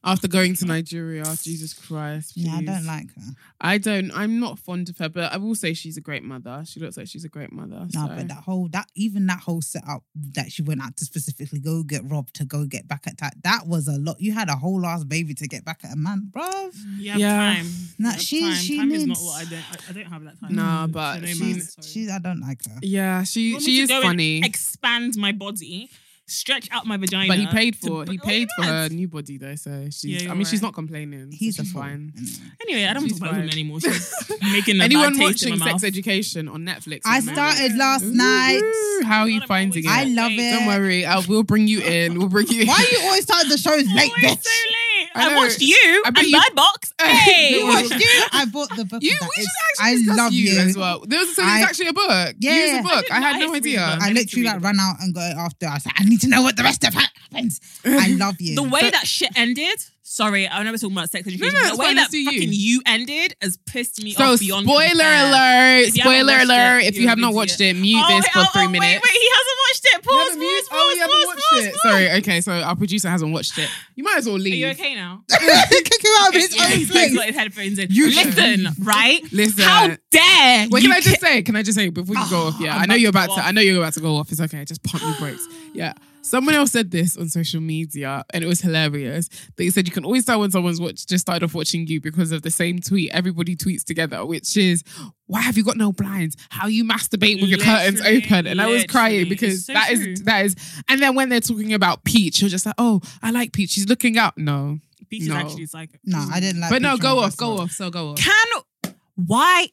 After going to Nigeria, Jesus Christ.
Yeah, I
please.
don't like her.
I don't. I'm not fond of her, but I will say she's a great mother. She looks like she's a great mother.
No,
so.
but that whole that even that whole setup that she went out to specifically go get robbed to go get back at that that was a lot. You had a whole ass baby to get back at a man, bruv.
Mm,
You have
Yeah.
time.
Nah,
You have
she-
time.
she
time is not
needs-
what I don't. I, I don't have that time.
Nah,
So
but
no
she's-
man,
She's,
sorry.
she's I don't like her.
yeah,
You
she
want me
she
to
is
go and
funny.
Expand my body, stretch out my vagina.
But he paid
to-
for he
Oh,
paid for her
yes.
new body though, so she's.
Yeah,
I
you're
mean, she's
right.
not complaining. so
He's a
she's
fool.
fine.
Anyway.
Anyway, I don't want
She's
to talk about women
fine.
anymore. She's making a
Anyone
bad taste in
watching
my
Sex
mouth.
Education on Netflix?
I
at the moment?
started last
Ooh,
night.
How are
God,
you
I'm
finding it?
always
I
so
love
late.
it.
Don't worry, uh, we'll bring you in. We'll bring you. in.
Why are you always starting the shows
I'm
late,
Always
bitch?
so late.
I
I,
know.
watched you
I
and
bet you-
Bird Box. Hey,
You
You
watched
watched it? I bought the book.
You,
of that.
we should
It's-
actually
I
discuss
love
you, as well. There was, so there's
I-
actually a book.
Yeah.
Use a book.
didn't
I, had
know
no
I used to read
idea.
books.
I
I need to
literally
read
like
it.
ran out and got it after. I said, I need to know what the rest of it happens. I love you.
The way that shit ended, sorry, I remember talking about sex education.
no,
but
it's
the way
fine,
that
let's do you.
fucking you ended has pissed me
So
off beyond
spoiler
compare.
alert!
If you haven't
Spoiler
watched
alert!
it,
if
you
you have not
haven't
watched
watched
it, mute this
wait,
for three
Oh, wait,
minutes.
Wait, he hasn't watched it.
You
Pause,
haven't
pause,
mute-
pause,
oh, you haven't
pause,
watched
pause,
it.
pause.
Sorry. Okay, so our producer hasn't watched it. You might as well
Are
leave.
you okay now?
kick him out of his
Yeah,
own
he's like
place.
got his headphones in.
You should.
Listen, right?
Listen.
How dare
Wait,
you?
can I just say? Can I just say before you go off? Yeah,
I'm
I know
about
you're
to
about
go
to.
off.
I know you're about to go off. It's okay. Just pump your brakes. Yeah. Someone else said this on social media, and it was hilarious. They said you can always tell when someone's watch just started off watching you because of the same tweet. Everybody tweets together, which is, "Why have you got no blinds? How you masturbate with your curtains
Literally,
open?" And I was crying
literally.
because
It's so
that is
true.
that is. And then when they're talking about Peach, you're just like, "Oh, I like Peach. She's looking up." No,
Peach is
No.
actually psycho.
No, I didn't like.
but no,
Beach
go
Road
off, go
Festival.
off. So go off.
Can why?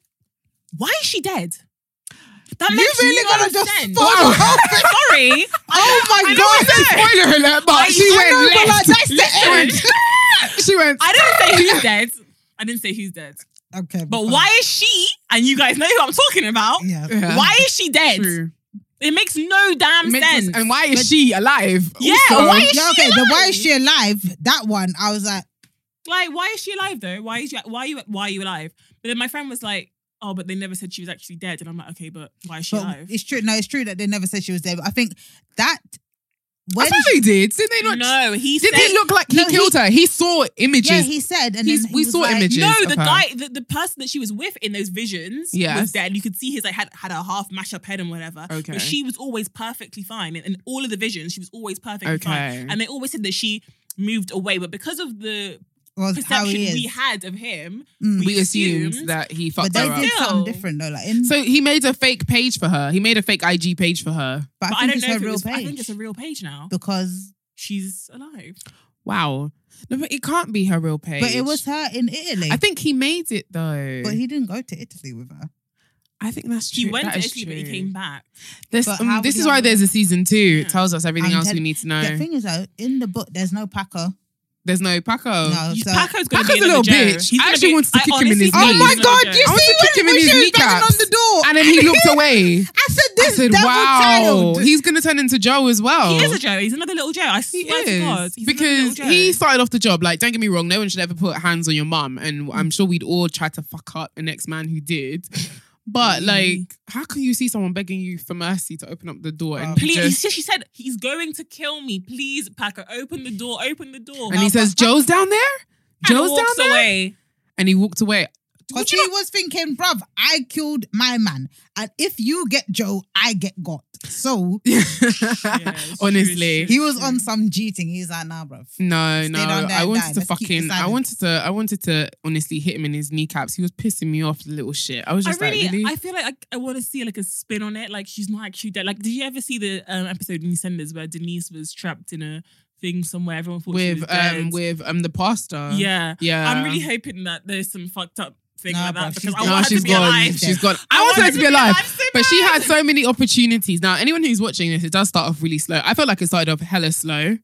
Why is she dead? That
You
makes
really
no
gotta just
sense.
spoil the whole thing.
Sorry.
Oh my god!
Spoiler alert! But she
I know,
went left.
but like, that's the
Literally.
end.
she went.
I didn't say who's dead. I didn't say who's dead.
Okay.
But
fine.
why is she, and you guys know who I'm talking about,
Yeah.
Yeah.
why is she dead?
True.
It makes no damn
It makes no
sense.
sense. And why is she alive?
Yeah,
also?
why is
Yeah,
she
okay, the why
alive?
is she alive? That one, I was like,
like, why is she alive though? Why is you, why are you, why are you alive? But then my friend was like, oh, but they never said she was actually dead. And I'm like, okay, but why is she
but
alive?
it's true. No, it's true that they never said she was there. But I think that when
I thought they did. Did they not?
No, he
Did
said.
he look like he
No, he-
killed her? He saw images.
yeah, he said, and
He's-
then he
we
was
saw
like,
images.
no,
of
the
her.
guy, the, the person that she was with in those visions
Yes.
was dead. You could see his like had had a half mash up head and whatever.
Okay.
But she was always perfectly fine. In, in all of the visions, she was always perfectly
Okay.
fine. And they always said that she moved away. But because of the
Well, how
perception
he is.
we had of him,
Mm.
We assumed,
assumed-
that he fucked
but they
her
did
up.
Still.
something different though. Like, in,
So he made a fake page for her. He made a fake IG page for her.
but
but
I think
I, don't
it's
know
her
if it
real
was,
page
I think it's a real page now.
because.
She's alive.
Wow. No, but it can't be her real page.
But it was her in Italy.
I think he made it though.
but he didn't go to Italy with her.
I think that's true.
He went
That
to
is
Italy, but he
true.
came back.
This,
But
um,
how
this
would
is
he
why
have-
there's a season two. It
Yeah.
tells us everything
I'm
else we
telling-
need to know.
The thing is though, in the book, there's no Paco.
there's no Paco.
No,
You-
so
Paco's gonna
Paco's
be
a little
another Joe.
bitch.
He's
I
gonna
actually
be-
wanted to
I
kick him in his
honestly
knees.
think
Oh
he's
my
another
God,
Joe.
you I want to kick him in his kneecaps.
door.
And then
Oh.
he looked away.
I said, "This
I said,
devil
wow.
child."
He's going to turn into Joe as well.
He is a Joe. He's another little Joe. I
Oh. He
swear to God.
is.
He's another little
because
Joe.
he started off the job. Like, don't get me wrong, no one should ever put hands on your mum. And I'm sure we'd all try to fuck up an ex man who did. But, like, how can you see someone begging you for mercy to open up the door? And, you
Please,
just,
she said he's going to kill me. Please, Paco, open the door. Open the door.
and he says, Joe's down there?
And
Joe's down
walks
there?
away.
And he walked away.
Because he was thinking, bruv, I killed my man. And if you get Joe, I get got. So
true,
Honestly.
it's
he was on some G thing. He's like, nah, bruv.
No,
Stay
no.
down there
I wanted
and die.
to
Let's keep the
fucking. I
silence.
wanted to. I wanted to honestly hit him in his kneecaps. He was pissing me off, the little shit. I was
I
just
really,
like, really.
I feel like I, I want to see like a spin on it. Like she's not actually dead. Like, did you ever see the um, episode in EastEnders where Denise was trapped in a thing somewhere? Everyone thought she
with
was dead.
um with um the pastor.
yeah.
yeah.
I'm really hoping that there's some fucked up thing
Nah,
like that because
bruv, she's
I
dead.
No,
want her
she's
to be
gone.
alive.
She's gone. I,
I
want her to be alive.
so
But she
bad.
had so many opportunities. Now, anyone who's watching this, it does start off really slow. I felt like it started off hella slow.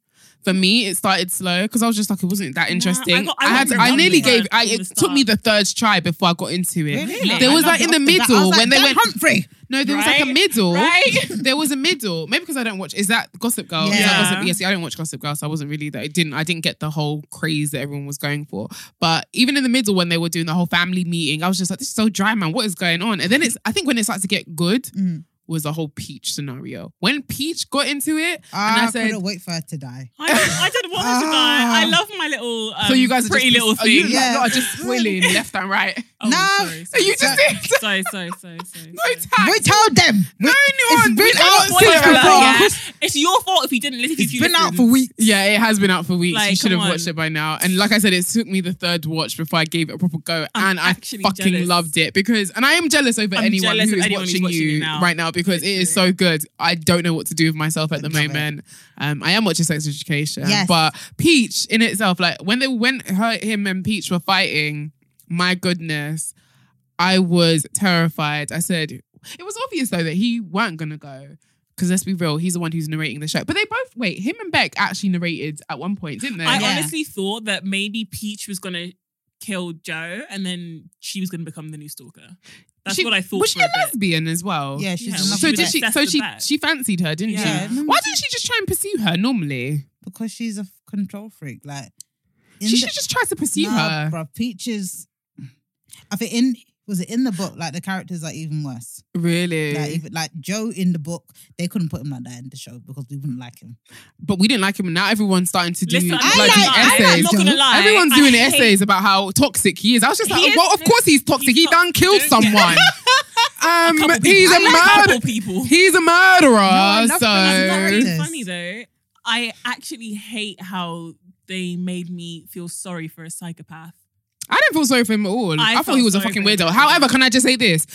For me, it started slow because I was just like, it wasn't that interesting.
I got- I
had,
got
I
around
nearly
the
gave.
word
I,
from
it
the
took me
start.
the third try before I got into it.
Really?
There
I
was
loved
like in the
Off bat, I
middle
was like,
when they
"Get
went.
Humphrey.
No, there was like a
Right?
middle.
Right?
There was a middle. Maybe because I don't watch. Is that Gossip Girl? Is that
Yeah.
Gossip? Yes, I don't watch Gossip Girl, so I wasn't really that. It didn't. I didn't get the whole craze that everyone was going for. But even in the middle when they were doing the whole family meeting, I was just like, "This is so dry, man. What is going on?" And then it's. I think when it starts to get good
Mm.
was the whole Peach scenario. When Peach got into it, and
Ah, I,
Ah, I said.
couldn't wait for her to die.
I, don't- I didn't want her to die. I
Ah.
love my little um,
So you guys are
pretty
just,
little
Are you
thing.
like,
Yeah.
lot are just spoiling left and right.
Oh,
No.
sorry,
So
sorry,
you just did.
sorry, sorry, sorry, sorry.
No
sorry.
tact.
We told them.
no nuance.
it's been
We don't
out
spoil
since
it like
before.
that.
Yeah. It's your fault if you didn't listen. if
It's
you
been out
listened.
for weeks.
Yeah, it has been out for weeks.
Like,
you should have
come on.
watched it by now. And like I said, it took me the third watch before I gave it a proper go.
I'm
and I
actually
fucking
jealous.
loved it because, and I am jealous over
I'm
anyone
jealous
who
of
is
anyone who's
watching,
watching
you
it now.
right now because it is so good. I don't know what to do with myself at the
Love it.
moment. Um, I am watching Sex Education,
Yes.
but Peach in itself, like when they when her, him, and Peach were fighting, my goodness, I was terrified. I said, it was obvious though that he weren't gonna go. Because let's be real, he's the one who's narrating the show. But they both wait. Him and Beck actually narrated at one point, didn't they?
I
Yeah.
honestly thought that maybe Peach was gonna kill Joe, and then she was gonna become the new stalker. That's
She-
what I thought.
Was she
for
a
bit.
lesbian as well?
Yeah, she's
Yeah,
another
So
She
did
was
she?
obsessed
So
with
she
Beck.
she fancied her, didn't
Yeah.
she?
No,
Why didn't she just try and pursue her normally?
Because she's a control freak. Like in
She
the-
should just try to pursue
Nah,
her.
bruv, Peaches. I think in was it in the book? Like the characters are even worse.
Really?
Like, even, like Joe in the book, they couldn't put him like that in the show because we wouldn't like him.
but we didn't like him, and now everyone's starting to do
Listen, I'm
bloody
not gonna lie.
essays.
I'm not gonna lie.
Everyone's
I
doing
hate-
essays about how toxic he is. I was just
He
like,
is-
well, of course he's toxic.
he's
he done
toxic.
killed
Don't-
someone. um,
couple people.
he's
I
a
like a
murderer.
couple people.
He's a murderer.
I love
so
him.
That's not really
Yes.
funny though. I actually hate how they made me feel sorry for a psychopath.
I didn't feel sorry for him at all.
I
I, thought
felt
he was a
sorry
fucking
for him.
weirdo. However, can I just say this?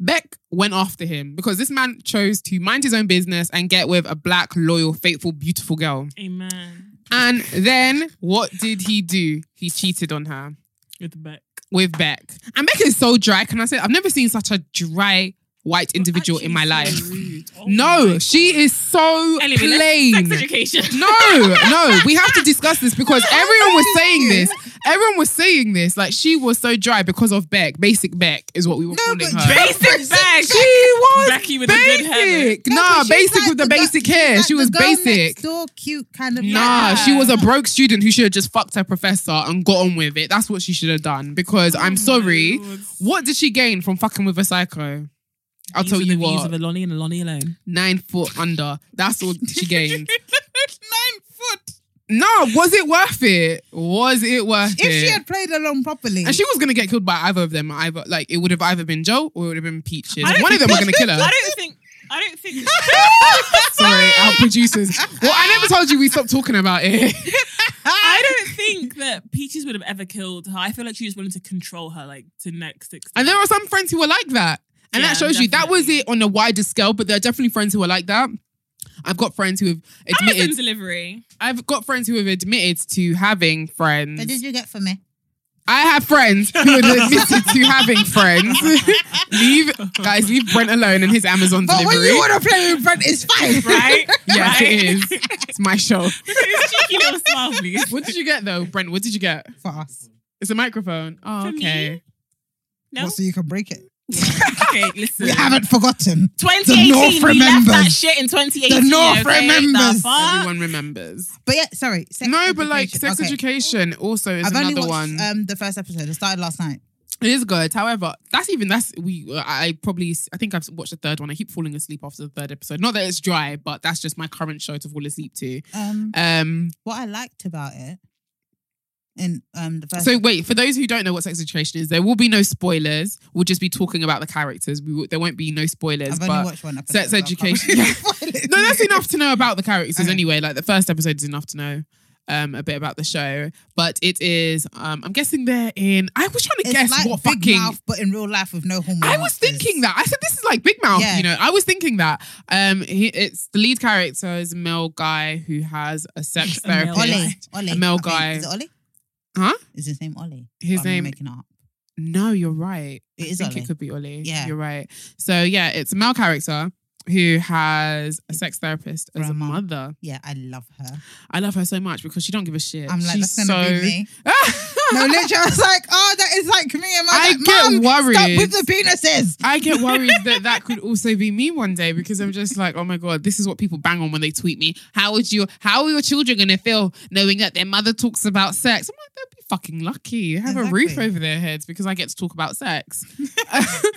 Beck went after him because this man chose to mind his own business and get with a black, loyal, faithful, beautiful girl.
Amen.
And then what did he do? He cheated on her
With Beck.
with Beck. And Beck is so dry. Can I say, I've never seen such a dry white individual in my life. no, she is so
Oh Anyway,
plain.
that's sex education.
No, no, we have to discuss this because everyone was saying this, Everyone was saying this. Like she was so dry because of Beck. Basic Beck is what we were calling her.
Basic bag.
She was
Becky with
basic.
a good hair.
No,
Nah,
but she's
basic
like
with the,
girl-
basic
she's
hair.
like
she was
the girl next
basic.
Door cute kind of.
Nah,
Yeah.
she was a broke student who should have just fucked her professor and got on with it. That's what she should have done.
Oh
Because I'm sorry, what did she gain from fucking with a psycho? I'll
Views
tell
of
you
the views
what.
of a Lonnie and a Lonnie alone.
Nine foot under. That's all she gained.
nine foot.
no, was it worth it? Was it worth
If
it?
she had played along properly,
and she was gonna get killed by either of them. Either like it would have either been Joe or it would have been Peaches.
I don't
One of them
think-
were gonna kill her.
I don't think. I don't think.
Sorry, our producers. Well, I never told you we stopped talking about it.
I don't think that Peaches would have ever killed her. I feel like she just wanted to control her, like to next extent.
And there are some friends who are like that. And
Yeah,
that shows you that was
definitely.
it on a wider scale, but there are definitely friends who are like that. I've got friends who have
Amazon
admitted.
delivery.
I've got friends who have admitted to having
What did
friends.
you get for me?
I have friends who have admitted to having friends. leave guys, leave Brent alone and his Amazon
But when
delivery.
you want to play in front, it's fine.
Right?
yes,
right?
it is. It's my show.
His cheeky little smile, please.
What did you get though, Brent? What did you get?
For us.
It's a microphone. Oh,
For me?
okay.
No?
Well, so you can break it.
Okay, listen.
We haven't forgotten.
2018,
The North
we left that
remembers.
shit in 2018.
The North
okay?
remembers.
The fuck?
Everyone remembers.
But yeah, sorry. Sex
no, but like
education.
sex
Okay.
education also is
I've only
another
watched
one.
um the first episode. It started last night.
It is good. However, that's even that's we. uh, I I probably I think I've watched the third one. I keep falling asleep after the third episode. Not that it's dry, but that's just my current show to fall asleep to.
Um,
Um.
what I liked about it, in um the first.
So wait, for those who don't know what sex education is, there will be no spoilers. We'll just be talking about the characters. We will, there won't be no spoilers.
I've
but
only watched one episode.
sex
so I can't
education-
really spoil it.
no, that's enough to know about the characters
Okay.
anyway. Like the first episode is enough to know um a bit about the show. But it is um I'm guessing they're in. I was trying to
It's
guess
like
what
Big
fucking
Mouth, but in real life with no homo.
I was thinking that. I said this is like Big Mouth,
Yeah.
you know. I was thinking that. Um, he, it's the lead character is a male guy who has a sex
A male
therapist.
Ollie,
guy.
Ollie,
A male
I think.
guy.
Is it Ollie?
Huh?
Is his name Ollie?
His
Or am I
name-
Making it up.
No, you're right.
It
I
is
think
Ollie.
it could be Ollie.
Yeah.
you're right. So yeah, it's a male character who has a sex therapist as a
Grandma.
mother.
Yeah, I love her.
I love her so much because she don't give a shit.
I'm like,
She's
that's gonna
so...
be me. No, literally, I was like, oh, that is like me. And
I
I, like,
get
Mom, Stop
worried.
with the penises.
I get worried that that could also be me one day because I'm just like, oh my god, this is what people bang on when they tweet me. How would you? How are your children gonna feel knowing that their mother talks about sex? I'm like, they'd be fucking lucky. Have a roof
Exactly.
over their heads because I get to talk about sex.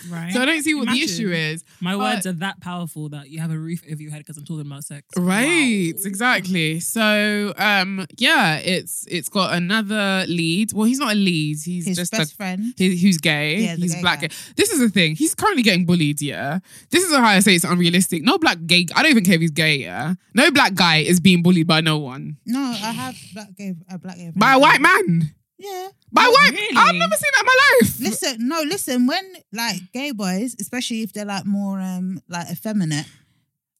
Right.
so I don't see what
Imagine.
the issue is.
My
But-
words are that powerful that you have a roof over your head because I'm talking about sex.
Right,
Wow.
exactly. So, um, yeah, it's it's got another lead. Well, he's not a lead. He's
His
just a
best friend.
He, who's gay.
Yeah, the
he's
gay
black.
guy.
Gay. This is the thing. He's currently getting bullied. Yeah, this is how I say it's unrealistic. No black gay. I don't even care if he's gay. Yeah, no black guy is being bullied by no one.
No, I have black gay, a black gay.
By a
friend.
white man.
Yeah.
By a
Oh,
white.
really?
I've never seen that in my life.
Listen, no, listen. When like gay boys, especially if they're like more um like effeminate,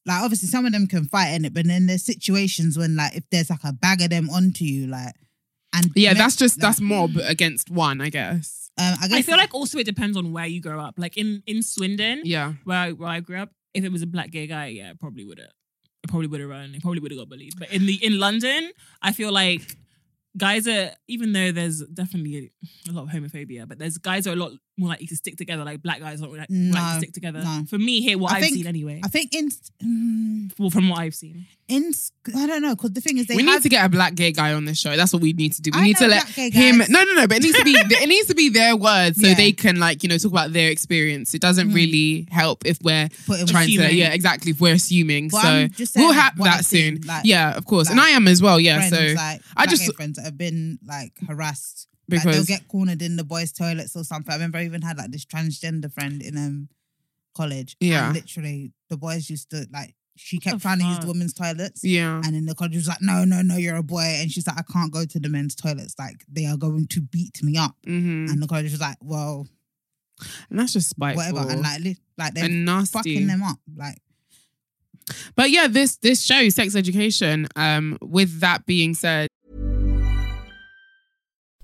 like obviously some of them can fight in it, but then there's situations when like if there's like a bag of them onto you, like and
yeah, that's just
like,
that's mob against one, I guess.
Um, I, guess
I feel like also it depends on where you grow up. Like in in Swindon,
Yeah,
where I, where I grew up, if it was a black gay guy, yeah, it probably would have. It probably would have run. It probably would have got bullied. But in the in London, I feel like guys are even though there's definitely a lot of homophobia, but there's guys are a lot more likely to stick together. Like black guys are like, like
No,
to stick together.
no.
For me here, what
I
I have
think-
seen anyway.
I think in mm,
well, from what I've seen,
in sc- I don't know because the thing is they
we
have,
need to get a black gay guy on this show. That's what we need to do. We
I
need to
know
let
black gay
him.
guys.
No, no, no. But it needs to be. it needs to be their words so
Yeah.
they can like you know talk about their experience. It doesn't
Mm.
really help if we're
put it
trying to
Assuming.
yeah exactly if we're assuming
But
so
I'm just saying
we'll have
what I've
that
seen,
soon
like,
yeah of course and
like,
i am as well yeah
friends,
so
like
I
I
just-
just friends that have been like harassed. Like,
because
they'll get cornered in the boys' toilets or something. I remember I even had like this transgender friend in um college. and
Yeah.
literally the boys used to like she
the
kept trying to use
fuck?
the women's toilets.
yeah
And then the college was like, no, no, no, you're a boy. And she's like, I can't go to the men's toilets. Like, they are going to beat me up.
hmm
And the college was like, well,
and that's just spiteful
whatever. And like, li- like they're
and nasty
fucking them up. Like,
but yeah this this show sex education um with that being said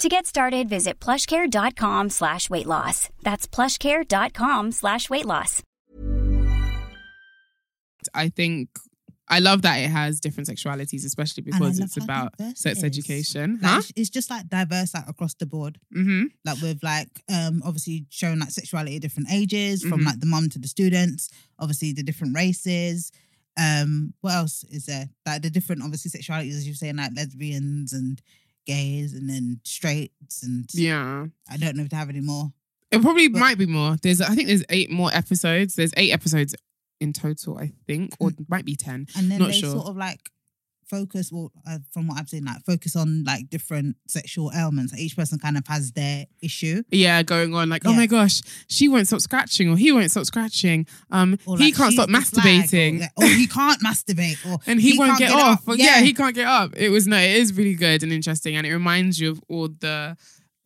To get started, visit plushcare.com slash weight loss. That's plushcare.com slash weight loss.
I think I love that it has different sexualities, especially
And I
because
love
it's
how
about
diverse it
sex
is.
education.
Like,
Huh?
it's- It's just like diverse, like across the board.
Mm-hmm.
Like with like um obviously showing like sexuality at different ages, from
Mhm.
like the mum to the students, obviously the different races. Um, what else is there? Like the different obviously sexualities, as you're saying, like lesbians and gays and then straights and
Yeah.
I don't know if they have any more.
It probably
But-
might be more. There's I think there's eight more episodes. There's eight episodes in total, I think, or
Mm.
it might be ten.
And then
Not
they
sure.
sort of like focus well uh, from what I've seen, like focus on like different sexual ailments. Like, each person kind of has their issue.
Yeah, going on like, oh
Yeah.
my gosh, she won't stop scratching or he won't stop scratching. Um,
Or,
he
like,
can't
she's
stop
the flag,
masturbating.
Or, like, oh, he can't masturbate. Or
and he, won't
can't
get, off.
up.
Yeah. he can't get up. It was no, it is really good and interesting, and it reminds you of all the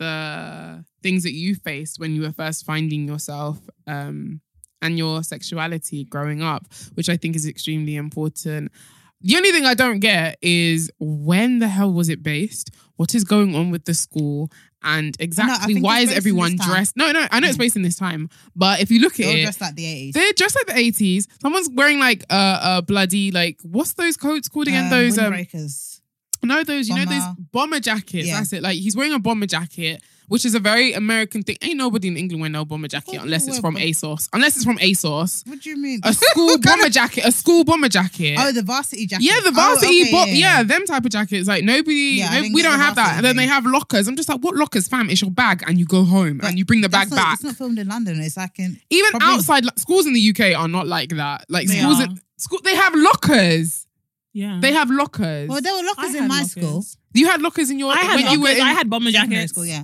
the things that you faced when you were first finding yourself um, and your sexuality growing up, which I think is extremely important. The only thing I don't get is when the hell was it based? What is going on with the school? And exactly
think
why
it's
is
based in
everyone
this time.
dressed? No, no, I know it's
Yeah.
based in this time, but if you look at
They're all
it,
dressed like the eighties.
they're dressed like the 80s. Someone's wearing like a uh, uh, bloody like what's those coats called again? those um,
windbreakers.
no those you know those
bomber.
bomber jackets.
Yeah.
That's it. Like he's wearing a bomber jacket, which is a very American thing. Ain't nobody in England wearing no bomber jacket
people
unless it's
wear
from
bom-
ASOS. Unless it's from ASOS.
What do you mean?
A school bomber jacket. A school bomber jacket.
Oh, the varsity jacket.
yeah, the
Oh,
varsity,
okay,
bo- yeah, them type of jackets. Like nobody,
Yeah, I
no-
didn't
we
get
don't
the
have that.
varsity
And then they
thing.
have lockers. I'm just like, what lockers, fam? It's your bag, and you go home
But
and you bring the bag
That's not-
back.
It's not filmed in London. It's like in
Even
Probably-
outside like, schools in the UK are not like that. Like
They
schools,
are.
in, school, they have lockers.
Yeah.
They have lockers.
well, there were lockers
I
in
had
my
lockers.
school.
you had lockers in your.
I had
when you were
lockers,
in,
I had bomber
Secondary
jackets.
school, yeah.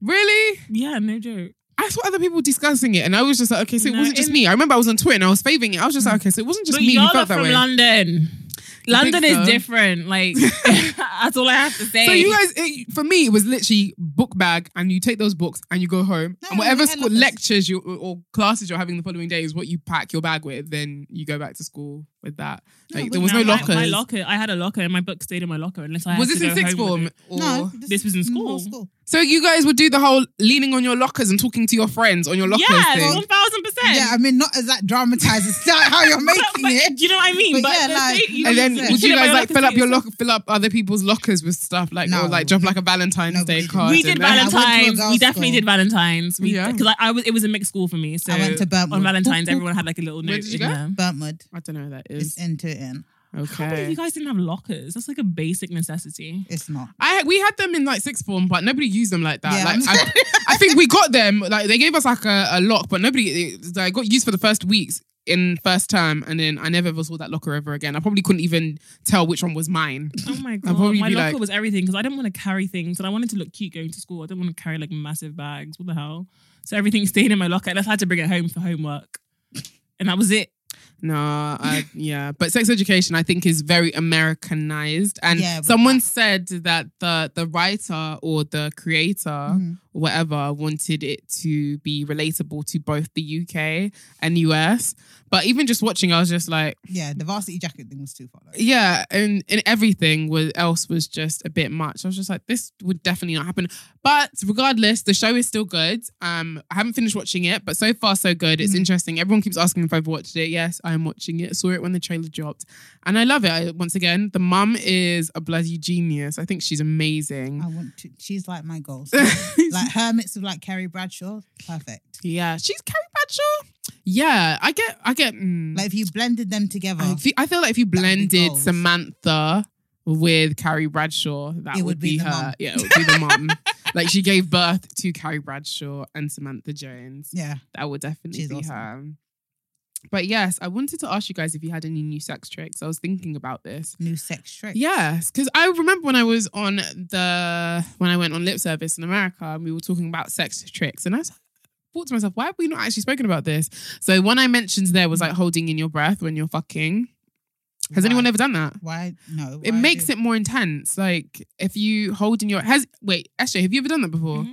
really.
Yeah, no joke.
I saw other people discussing it, and I was just like, okay, so it
No,
wasn't just
in-
me. I remember I was on Twitter and I was faving it. I was just like, okay, so it wasn't just
Look,
me who
y'all are
felt that
from
way.
London. London
think
is
so?
different. Like that's all I have to say.
So you guys, it, for me, it was literally book bag, and you take those books and you go home,
No,
and whatever
we had
school
lockers.
lectures you or classes you're having the following day is what you pack your bag with. Then you go back to school with that. Like
but
there was
Now,
no
my-
lockers.
My, locker. I had a locker, and my book stayed in my locker unless I had
was
to
this in
go
sixth
home
form?
with it.
Or...
No,
This was in
normal
school.
So you guys would do the whole leaning on your lockers and talking to your friends on your lockers
Yeah,
thing.
one thousand percent.
Yeah, I mean, not as that dramatized as how you're making it.
Do you know what I mean?
But
But,
yeah,
the
like-
thing- you
and then
Yeah.
would you
Yeah, but
guys
your
like
locker
fill up
stays
your
in-
lock, fill up other people's lockers with stuff like
No.
or like drop like a Valentine's
No, we
Day
didn't.
card?
We
in
did
there?
I went to a
Valentine's.
girls'
We definitely
school.
did Valentine's. We
Yeah.
because I, I was it was a mixed school for me. So
I went to Burntwood.
on Valentine's.
Boop, boop.
Everyone had like a little note.
Where did you
in
go?
there.
Burntwood.
I don't know who that
It's
is.
in to in.
I believe
Okay.
you guys didn't have lockers. That's like a basic necessity.
It's not.
I we had them in like sixth form, but nobody used them like that.
Yeah.
Like I, I think we got them. Like they gave us like a, a lock, but nobody. It, I got used for the first weeks in first term, and then I never ever saw that locker ever again. I probably couldn't even tell which one was mine.
Oh my
I'd
god,
probably
my
be
locker
like-
was everything because I didn't want to carry things and I wanted to look cute going to school. I didn't want to carry like massive bags. What the hell? So everything stayed in my locker. and I had to bring it home for homework, and that was it.
No, I, yeah, but sex education I think is very Americanized, and
Yeah, but-
someone said that the the writer or the creator,
Mm-hmm.
whatever, wanted it to be relatable to both the UK and US. But even just watching, I was just like,
Yeah, the varsity jacket thing was too far. Though.
yeah, and and everything was else was just a bit much. I was just like, this would definitely not happen. But regardless, the show is still good. Um, I haven't finished watching it, but so far so good. It's interesting. Everyone keeps asking if I've watched it. Yes, I am watching it. Saw it when the trailer dropped, and I love it. I, once again, the mum is a bloody genius. I think she's amazing.
I want to. She's like my goals. like her mix of like Carrie Bradshaw, perfect.
yeah, she's Carrie Bradshaw. Yeah, I get, I get. mm. Oh,
Like if you blended them together,
I fe- I feel like if you
would be
blended
goals.
Samantha with Carrie Bradshaw, that
It
would, be,
the
her.
mum.
Yeah, it would be the mom. like she gave birth to Carrie Bradshaw and Samantha Jones.
yeah,
That would definitely
She's
be
awesome.
her. But yes, I wanted to ask you guys if you had any new sex tricks. I was thinking about this.
new sex trick.
Yes, because I remember when I was on the when I went on lip service in America, and we were talking about sex tricks, and I was- thought to myself, why have we
Mm.
not actually spoken about this? So one I mentioned there was like holding in your breath when you're fucking. Has anyone
Why?
ever done that?
Why? No.
It makes it more intense. Like if you hold in your has wait, Esha, have you ever done that before?
Mhm.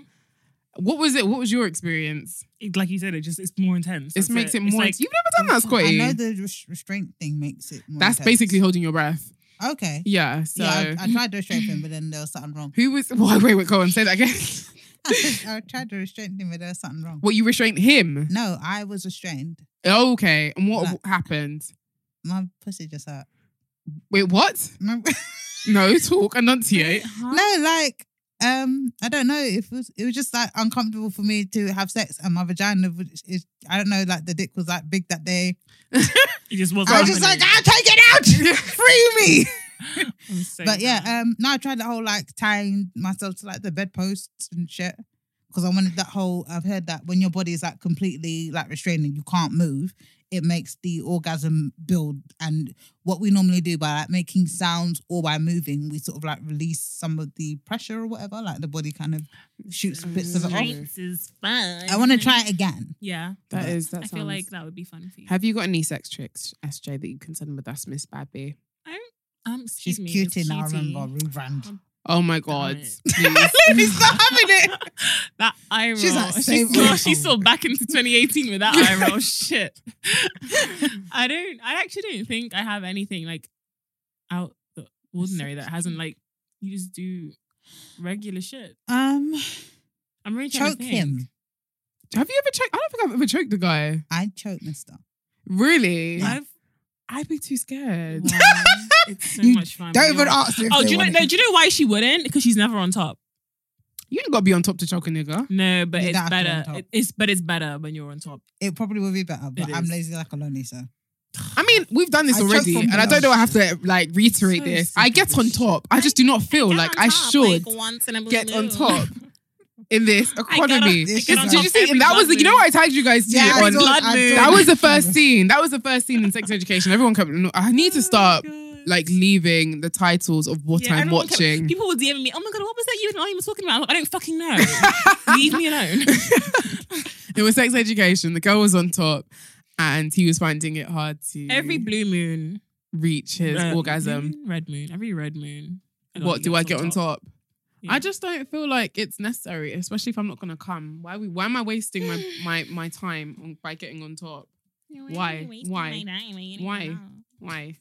What was it? What was your experience?
It- like you said, it just it's more intense.
This
That's
makes it,
It's
more.
like-
You've never done that, Scotty.
I know the res- restraint thing makes it. More
That's
intense.
basically holding your breath.
okay.
Yeah. So
yeah, I, I tried to restrain him, but then there was something wrong.
who was? Why? Wait, wait. Go on. Say that again.
I tried to restrain him, but there was something wrong.
what you restrained him?
No, I was restrained.
Okay. And what
Like-
happened?
My pussy just hurt.
Wait, what?
My-
No, talk, enunciate.
no, like um, I don't know. If it was, it was just like uncomfortable for me to have sex, and my vagina was. Is, I don't know. Like the dick was like big that day.
It just was.
I was just like, I'll take it out. Free me. But yeah, um, now I tried the whole like tying myself to like the bedposts and shit because I wanted that whole. I've heard that when your body is like completely like restrained and you can't move, it makes the orgasm build. And what we normally do by like making sounds or by moving, we sort of like release some of the pressure or whatever. Like the body kind of shoots bits of it off.
Drinks is fun.
I want to try it again.
Yeah,
That is. That
I feel like that would be fun for you.
Have you got any sex tricks, SJ, that you can send with us, Miss Bad Bee?
um,
She's
excuse me,
cute
it's
in our
cutie.
remember rebrand.
Oh my god!
it.
please.
She's not having it.
that eye roll.
She's
She's,
like,
still,
save all.
she's still back into 2018 with that eye roll. Shit. I don't. I actually don't think I have anything like out the ordinary that hasn't like you just do regular shit.
Um,
I'm really trying to
choke
think.
him.
Have you ever choked? I don't think I've ever choked a guy.
I choke, Mister.
Really?
I've.
I'd be too scared.
Wow, it's so
You
much fun.
Don't
but
even
you're-
ask me. if
Oh,
they
do you know?
want
No,
it.
do you know why she wouldn't? Because she's never on top.
You ain't got to be on top to choke a nigga.
No, but
You
it's
don't have to be on
better.
top.
It- it's but it's better when you're on top.
It probably would be better, but
It
I'm
is.
lazy like a lonely, so.
I mean, we've done this
I choked
already,
from
and I don't know.
below.
I have to like reiterate
So
this.
sick
I
of
get
this
on
shit.
top. I just do not feel
Get
like
on
I
top,
should
like, once in a blue
get on
moon.
top in this economy.
This
get
is
on
Did
top
you see?
every
And that was the, you know
blood
what I tagged you guys to
Yeah, I
on
saw-
Blood
I saw
Moon.
That was the first scene. That was the first scene in sex education. Everyone kept. I need to start like leaving the titles of what
Oh Yeah,
I'm
everyone kept-
watching.
people were DMing me, oh my God, what was that you and I was talking about? I'm like, I don't fucking know. Leave me alone.
it was sex education. The girl was on top, and he was finding it hard to
Every blue moon.
reach his
uh,
orgasm.
blue moon, Red moon. Every red moon.
What do I get on top?
Yeah.
I just don't feel like it's necessary, especially if I'm not gonna come. Why we? Why am I wasting my my my time on, by getting on top? Why? Why? Why? Why?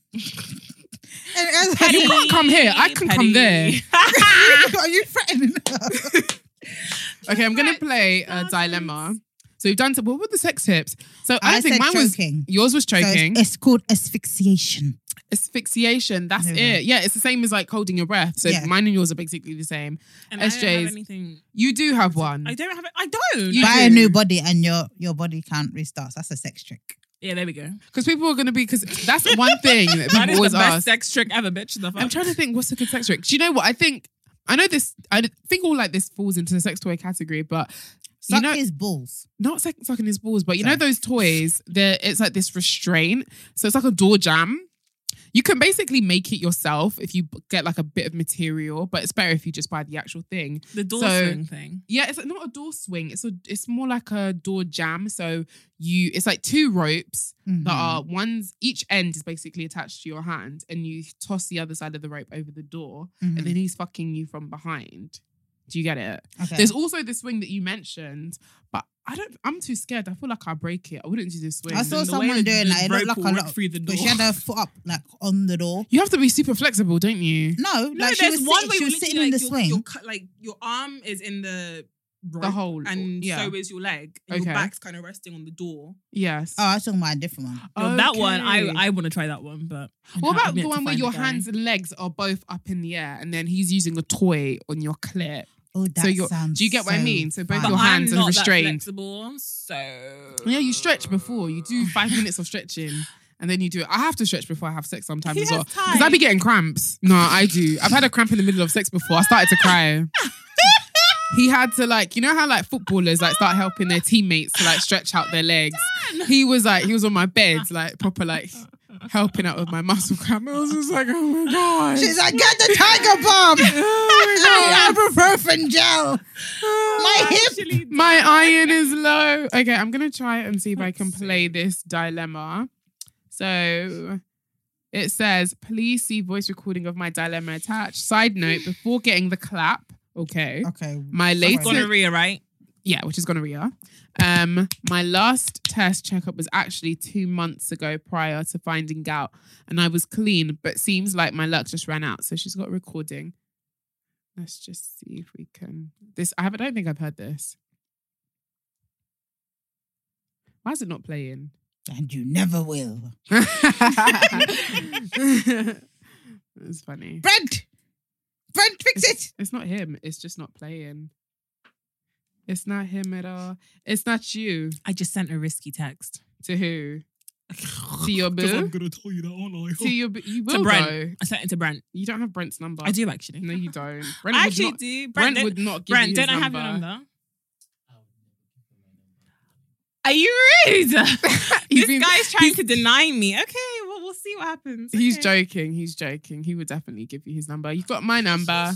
And, and-
Petty. You can't come here. I can come there.
Are you threatening her?
Okay, I'm gonna play a
Nonsense.
dilemma. So you've done. So what were the sex tips? So I,
I
don't think
said
mine was.
choking.
Mm. Yours was
So it's-
choking.
it's, called asphyxiation.
asphyxiation. That's
Yeah.
it. Yeah, it's the same as like holding your breath. So
Yeah.
mine and yours are basically the same.
And I don't
SJs.
have anything.
You do have one.
I don't have it. I don't.
You
Buy
do.
a new body and your your body can't restart. That's a sex trick.
yeah, there we go.
Because people are gonna be. Because that's one thing that
That
people
is the
always
best
ask.
sex trick ever, bitch. The fuck?
I'm trying to think what's a good sex trick. Do you know what I think? I know this. I d- think all like this falls into the sex toy category, but you
Suck
know,
his balls.
not sex, sucking his balls, but you know
Sorry.
those toys. There, it's like this restraint, so it's like a door jam. You can basically make it yourself if you b- get like a bit of material, but it's better if you just buy the actual thing.
The door
So-
swing thing.
Yeah, it's not a door swing. It's a, it's more like a door jam. So you, it's like two ropes
Mhm.
Mm-hmm.
that are one's each end is basically attached to your hand, and you toss the other side of the rope over the door,
Mhm.
Mm-hmm.
and then he's fucking you from behind. Do you get it?
Okay.
There's also this swing that you mentioned, but I don't. I'm too scared. I feel like I break it. I wouldn't do this swing.
I saw
And the way
someone
the-
doing
the
that. It looked
rope
like
will
a
work
lot.
through the
But she
door.
had her foot up, like on the door.
you have to be super flexible, don't you?
No,
No,
like she
there's
was
one
sitting,
where
she
you're
was sitting
literally,
in the
like, your-
swing.
your cu- like your arm is in the rope
hole,
and
yeah.
so is your leg, and
Okay.
your back's kind of resting on the door.
Yes.
Oh, I was talking about a different one.
No, That one,
Okay.
I I want to try that one, but I'm
What
ha-
about
I'm
the
yet to
one where
find
your
the guy.
hands and legs are both up in the air, and then he's using a toy on your clit?
Oh, that
you're-
sounds.
do you get what I
so
mean? So both
fun.
But
your hands
I'm
are
not that
restrained.
flexible, so
Yeah, you stretch before. You do five minutes of stretching, and then you do it. I have to stretch before I have sex sometimes
Who
as well
has
because I be
time?
getting cramps. No, I do. I've had a cramp in the middle of sex before. I started to cry. He had to like, you know how like footballers like start helping their teammates to like stretch out their legs. He was like, he was on my bed, like proper like helping out with my muscle cramp. I was just like, oh my god.
She's like, get the tiger bomb.
Oh
ibuprofen gel. My hip.
Actually,
My iron is low. Okay, I'm gonna try and see if I can play this dilemma. So It says, please see voice recording of my dilemma attached. Side note, before getting the clap, okay.
Okay.
My
sorry.
latest-
Gonorrhea, right?
Yeah, which is gonorrhea. Um, my last test checkup was actually two months ago prior to finding out, and I was clean, but seems like my luck just ran out. So she's got a recording. Let's just see if we can. This I have. I don't think I've heard this. Why is it not playing?
And you never will.
it's funny.
Brent! Brent, fix it!
It's not him. It's just not playing. It's not him at all. It's not you.
I just sent a risky text.
To who? To your boo?
gonna tell you that, aren't
To your boo? You
To
will
Brent.
though.
I sent it to Brent.
You don't have Brent's number.
I do actually.
No, you don't. Brent
I
would
actually
not,
do.
Brent,
Brent, don't-
would not give
Brent,
you his
don't I have
number.
your number? Are you rude? this
He's been-
guy's trying
he's-
to deny me. Okay, well, we'll see what happens.
He's
okay.
joking. He's joking. He would definitely give you his number. You got my number.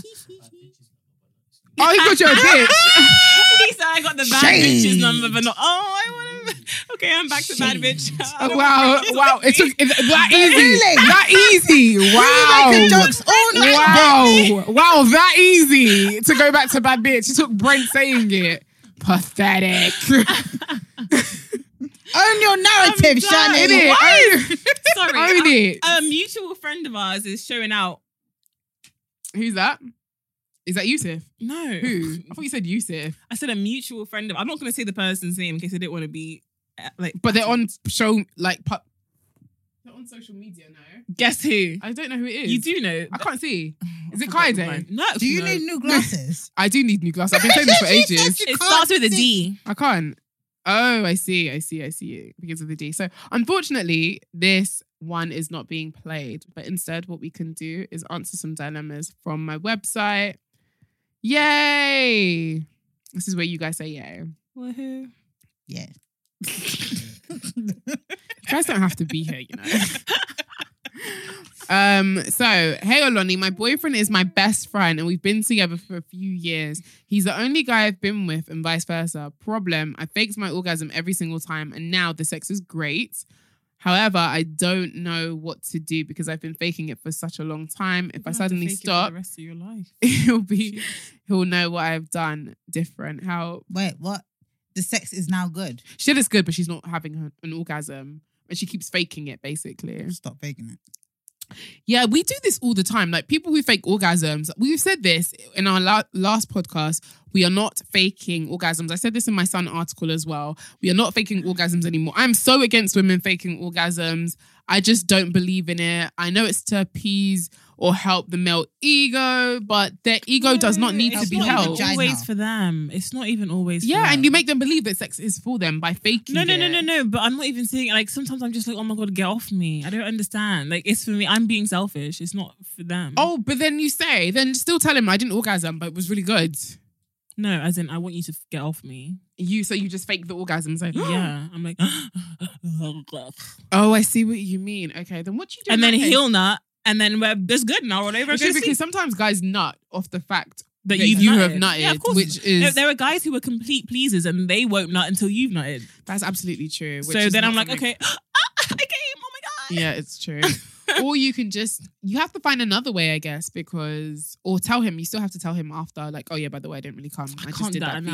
oh, you got your bitch.
he said I got the bad bitch's
Shamed.
number, but not. Oh, I want to. Okay, I'm back to bad bitch.
Oh,
I don't
wow,
want to-
wow! It took it, that easy.
Really?
That easy. Wow.
Making jokes all night.
Wow. Wow, that easy to go back to bad bitch. It took Brent saying it. Pathetic.
Own your
I'm
narrative,
done.
Own
Shannon.
it. Own-
Sorry,
Own
I-
it.
a mutual friend of ours is showing out.
Who's that? Is that Yusuf?
No,
Who? I thought you said Yusuf.
I said a mutual friend of. I'm not going to say the person's name in case I didn't want to be uh, like.
But they're on show Oh, like pu- they're on social media now.
Guess who?
I don't know who it is.
You do know.
I can't see. Is it
Forgot
Kaide?
mine. No.
Do you
no.
need new glasses?
I do need new glasses. I've been saying this for
She said
ages.
you
It
can't
starts with a
see.
D.
I can't. Oh, I see. I see. I see it because of the D. So, unfortunately, this one is not being played. But instead, what we can do is answer some dilemmas from my website. Yay! This is where you guys say yay.
Woohoo.
Yeah.
You guys don't have to be here, you know. Um, so hey Oloni, my boyfriend is my best friend, and we've been together for a few years. He's the only guy I've been with, and vice versa. Problem, I faked my orgasm every single time, and now the sex is great. However, I don't know what to do because I've been faking it for such a long time. If I suddenly stop,
the rest of your life.
he'll be he'll know what I've done different. How
Wait, what? The sex is now good.
she looks good, but she's not having her- an orgasm. And she keeps faking it basically.
Stop faking it.
Yeah, we do this all the time. Like people who fake orgasms, we've said this in our la- last podcast. We are not faking orgasms. I said this in my son article as well. We are not faking orgasms anymore. I'm so against women faking orgasms. I just don't believe in it. I know it's to appease or help the male ego, but their ego does not need to
it's
be
not
helped.
vagina.
Always for them. It's not even always. for
Yeah,
them.
and you make them believe that sex is for them by faking.
No, no, no,
it.
no, no. But I'm not even saying like sometimes I'm just like, oh my god, get off me. I don't understand. Like it's for me. I'm being selfish. It's not for them.
Oh, but then you say, then still tell him I didn't orgasm, but it was really good.
no, as in I want you to f- get off me.
You so you just fake the orgasm. So
yeah, I'm like, and
Oh, I see what you mean. Okay, then what you do? in
then
that case-
he'll nut, and then we're just good now. All over
It's just
again.
because sometimes guys nut off the fact
That
that,
you've
you have
nutted.
nutted,
Yeah, of course.
which
There,
is
there are guys who are complete pleasers, and they won't nut until you've nutted.
that's absolutely true. which
So
is
then
not
I'm like,
something-
okay, I came. Oh my god.
yeah, it's true. or you can just you have to find another way, I guess, because or tell him. You still have to tell him after, like, oh yeah, by the way, I didn't really come. I,
I,
just
can't do
did that
that.
for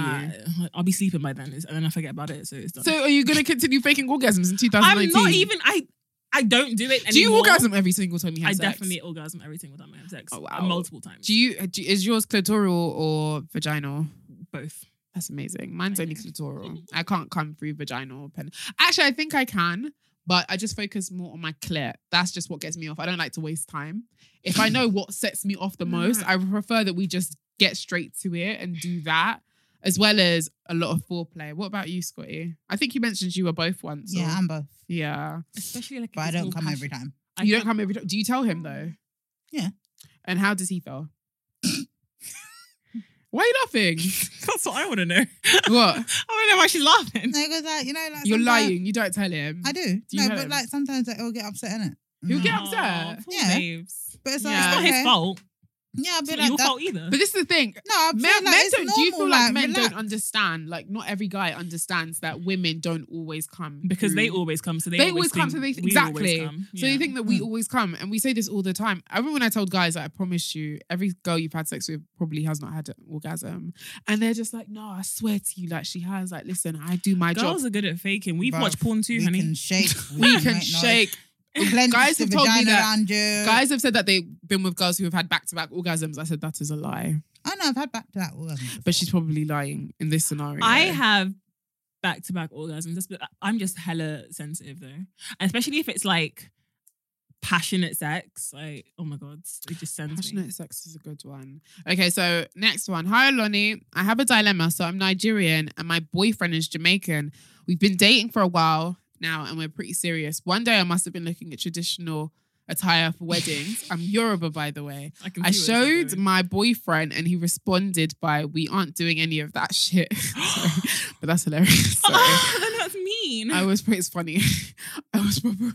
nah.
you.
I'll be sleeping by then, it's- and then I forget about it. So it's done.
So are you gonna continue faking orgasms in
I'm
2019?
not even. I I don't do it anymore.
Do you orgasm every single time you have
I
sex?
definitely orgasm every single time I have sex.
Oh, wow.
Uh, Multiple times.
Do you? uh, Do, is yours clitoral or vaginal?
both?
That's amazing. Mine's only clitoral. I can't come through vaginal pen. Actually, I think I can, but I just focus more on my clit. That's just what gets me off. I don't like to waste time. If I know what sets me off the most, I prefer that we just get straight to it and do that, as well as a lot of foreplay. What about you, Scotty? I think you mentioned you were both once. or-
Yeah, I'm both.
yeah.
Especially like.
But I don't come every time.
you don't come every time. Do you tell him though?
Yeah.
And how does he feel? Why are you laughing?
That's what I want to know.
What?
I want to know why she's laughing.
No, because like, you know, like
You're
sometimes-
lying. You don't tell him.
I do.
you
no,
hurt
but
him?
like sometimes like, it'll get upset in it.
He'll get
Aw,
upset.
poor
Yeah.
babes.
But it's like
Yeah.
It's not
okay.
his fault.
Yeah, I've
It's
been
not
like
your
that.
fault either.
But this is the thing.
No, I feel
Men,
like
men
it's
don't, do you feel
normal,
like, men
relax.
don't understand? Like, not every guy understands that women don't always come
because they
through.
always come, so they,
they, always come. So
think
they
we
exactly.
always come.
So
Yeah. Hmm.
you think that we always come, and we say this all the time. I remember when I told guys, like, I promise you, every girl you've had sex with probably has not had an orgasm, and they're just like, no, I swear to you, like she has. Like, listen, I do my
girls
job.
are good at faking. We've
Bruv,
watched porn too,
we
honey.
Can shake.
We can
might not.
shake.
Cleanse
Guys
the
have told me
vagina
that.
around you.
Guys have said that they've been with girls who have had back to back orgasms. I said that is a lie,
Oh no, I've had back to that one.
but she's probably lying in this scenario.
I have back to back orgasms. That's- I'm just hella sensitive though, And especially if it's like passionate sex. Like, oh my god, it just sends me.
Passionate sex is a good one. Okay, so next one. Hi, Lonnie. I have a dilemma. So I'm Nigerian and my boyfriend is Jamaican. We've been dating for a while now and we're pretty serious. One day I must have been looking at traditional attire for weddings. I'm Yoruba, by the way.
can
I
see where this is
showed
going.
my boyfriend and he responded by, We aren't doing any of that shit. Sorry, but that's hilarious. Sorry.
Ah, then that's mean.
I was it's funny. I was proper.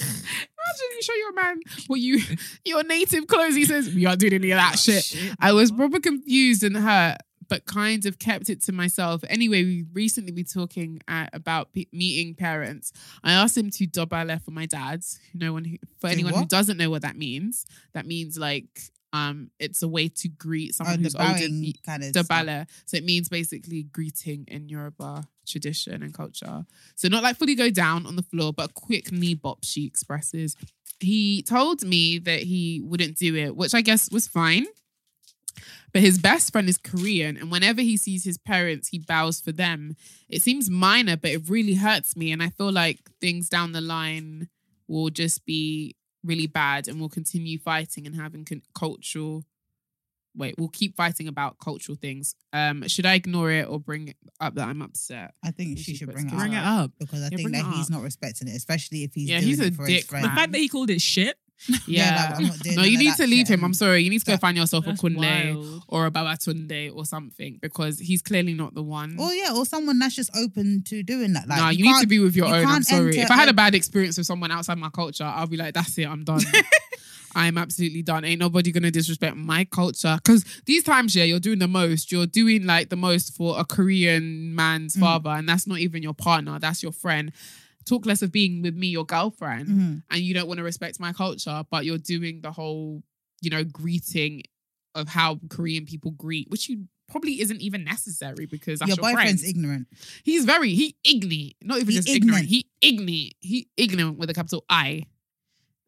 Imagine you show your man what you your native clothes. He says we aren't doing any of
Oh,
that shit. I was proper confused and hurt, but kind of kept it to myself. Anyway, we recently been talking uh, about pe- meeting parents. I asked him to dobale for my dad's. No one who, for
Do
anyone who
what?
doesn't know what that means, that means like um, it's a way to greet someone
Oh, the
who's older. than
bowing
you-
kind of. stuff.
Dabala. So it means basically greeting in Yoruba tradition and culture. So not like fully go down on the floor, but a quick knee bop she expresses. He told me that he wouldn't do it, which I guess was fine. But his best friend is Korean, and whenever he sees his parents, he bows for them. It seems minor, but it really hurts me. And I feel like things down the line will just be really bad and we'll continue fighting and having con- cultural wait we'll keep fighting about cultural things um should i ignore it or bring up that i'm upset
I think
She
she should
puts
bring it.
Bring it
up.
up.
because I
Yeah,
think
bring
that
it
he's
up.
not respecting it, especially if he's
Yeah,
doing
he's a
it for his
dick,
friend.
the
man.
fact that he called it shit.
Yeah,
yeah,
like, I'm not doing
no
none
you
of
need
that
to leave
shit.
him i'm sorry you need to go
That-
find yourself a
That's
kunle
wild.
or a babatunde or something because he's clearly not the one
Or yeah, or someone that's just open to doing that. Like,
no, you need to
can't-
be with your
you
own. I'm
can't
sorry.
enter
If I had a
a-
bad experience with someone outside my culture, I'll be like, that's it, I'm done. I'm absolutely done. Ain't nobody gonna disrespect my culture. Cause these times, yeah, you're doing the most. You're doing like the most for a Korean
Mm.
man's father, and that's not even your partner, that's your friend. Talk less of being with me, your girlfriend,
Mm.
Mhm.
and you don't want to respect my culture, but you're doing the whole, you know, greeting of how Korean people greet, which you probably isn't even necessary because that's
Your
your,
boyfriend's
friend.
ignorant.
He's very he igni, not even
He
just ignorant.
ignorant.
He igni, he ignorant with a capital I,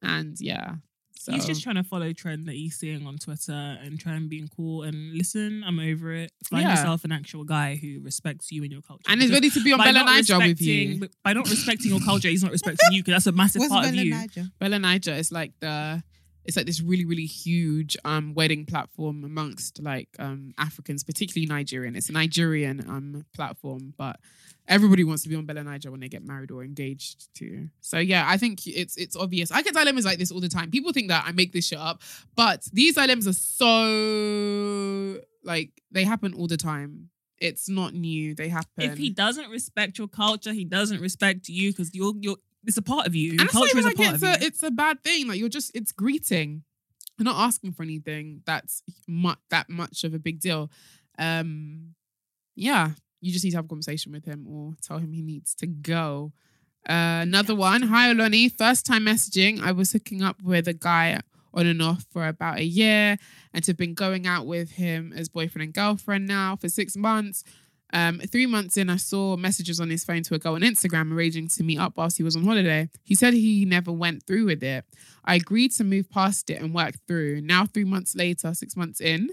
and yeah. So
He's just trying to follow trend that he's seeing on Twitter and try and being cool and listen. I'm over it. Find
Yeah.
yourself an actual guy who respects you and your culture.
and is
Because
ready to be on
by
Bella
not
Niger with
respecting-
you.
By not respecting your culture, he's not respecting you because that's a massive
What's
part of
Bella
you.
Niger?
Bella Niger is like the it's like this really really huge um wedding platform amongst like um Africans, particularly Nigerian. It's a Nigerian um platform, but everybody wants to be on Bella Niger when they get married or engaged to. So yeah, I think it's it's obvious. I get dilemmas like this all the time. People think that I make this shit up, but these dilemmas are so like they happen all the time. It's not new. They happen.
If he doesn't respect your culture, he doesn't respect you because you're you're. It's a part of you. Your
And it's not even
culture is a
like
part
it's
of
a,
you.
it's a bad thing. Like you're just it's greeting. You're not asking for anything that's mu- that much of a big deal. Um yeah, you just need to have a conversation with him or tell him he needs to go. Uh, another one. Hi Oloni. First time messaging. I was hooking up with a guy on and off for about a year and have been going out with him as boyfriend and girlfriend now for six months. Um, three months in, I saw messages on his phone to a girl on Instagram arranging to meet up whilst he was on holiday. He said he never went through with it. I agreed to move past it and work through. Now, three months later, six months in,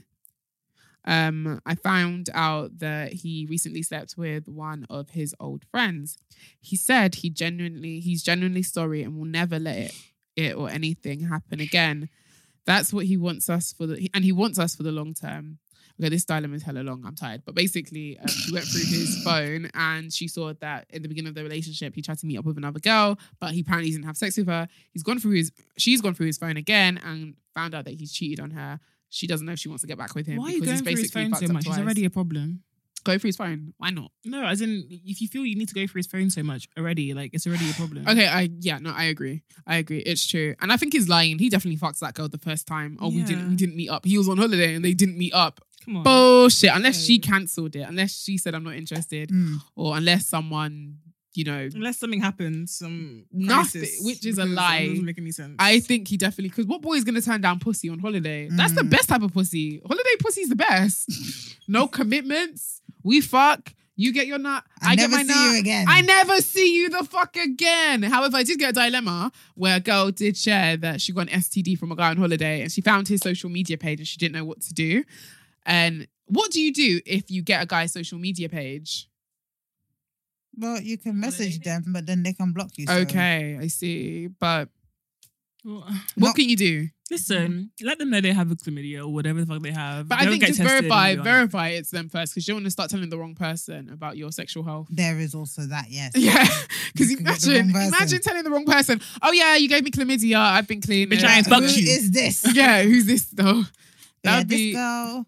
um, I found out that he recently slept with one of his old friends. He said he genuinely, he's genuinely sorry and will never let it, it or anything happen again. That's what he wants us for the, and he wants us for the long term. Okay, this dilemma is hella long. I'm tired. But basically, um, she went through his phone and she saw that in the beginning of the relationship, he tried to meet up with another girl, but he apparently didn't have sex with her. He's gone through his, she's gone through his phone again and found out that he's cheated on her. She doesn't know if she wants to get back with him.
Why are you
because
going
he's
through
basically
his phone so
fucked up
much? He's
twice.
already a problem.
Go through his phone. Why not?
No, as in, if you feel you need to go through his phone so much already, like it's already a problem.
Okay, I yeah, no, I agree. I agree. It's true. And I think he's lying. He definitely fucked that girl the first time. Oh, we didn't
Yeah.
we didn't meet up. He was on holiday and they didn't meet up.
come on.
Bullshit. Unless she
Okay.
cancelled it, unless she said I'm not interested,
Mm.
or unless someone, you know,
Unless something happens, some
Nothing,
crisis,
which is a
because
lie.
It doesn't make any sense.
I think he definitely because what boy is gonna turn down pussy on holiday? That's
Mm.
the best type of pussy. Holiday pussy's the best. no commitments. We fuck. You get your nut. I,
I,
get my
never see
nut.
you again.
I never see you the fuck again. However, I did get a dilemma where a girl did share that she got an STD from a guy on holiday and she found his social media page and she didn't know what to do. And what do you do if you get a guy's social media page?
Well, you can message them, but then they can block you. so-
Okay, I see. But
Well,
what
Not-
can you do?
listen, let them know they have a chlamydia or whatever the fuck they
Mm-hmm.
have.
But
They
I
don't
think
get
just
tested and
verify,
be on it.
verify it's them first because you don't want to start telling the wrong person about your sexual health.
There is also that, yes.
Yeah, because
You can get the
imagine,
wrong person.
imagine telling the wrong person, "Oh yeah, you gave me chlamydia. I've been clean."
Bitch, I ain't
Who
fucked you.
is this?
Yeah, who's this though?
Yeah,
That'd be
this girl.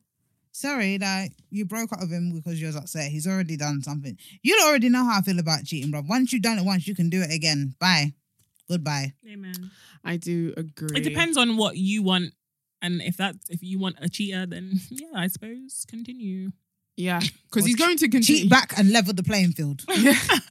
Sorry, like you broke up with him because you was upset. He's already done something. You already know how I feel about cheating, bro. Once you've done it once, you can do it again. Bye. Goodbye.
Amen.
I do agree.
It depends on what you want, and if that if you want a cheater, then yeah, I suppose continue.
Yeah, because
Or
he's going to continue.
Cheat back and level the playing field.
Yeah. 'Cause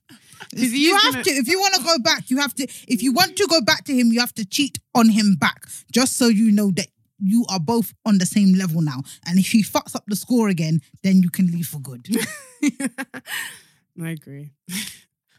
he
You
is
have
gonna-
to. If you want to go back, you have to. If you want to go back to him, you have to cheat on him back, just so you know that you are both on the same level now. And if he fucks up the score again, then you can leave for good.
I agree.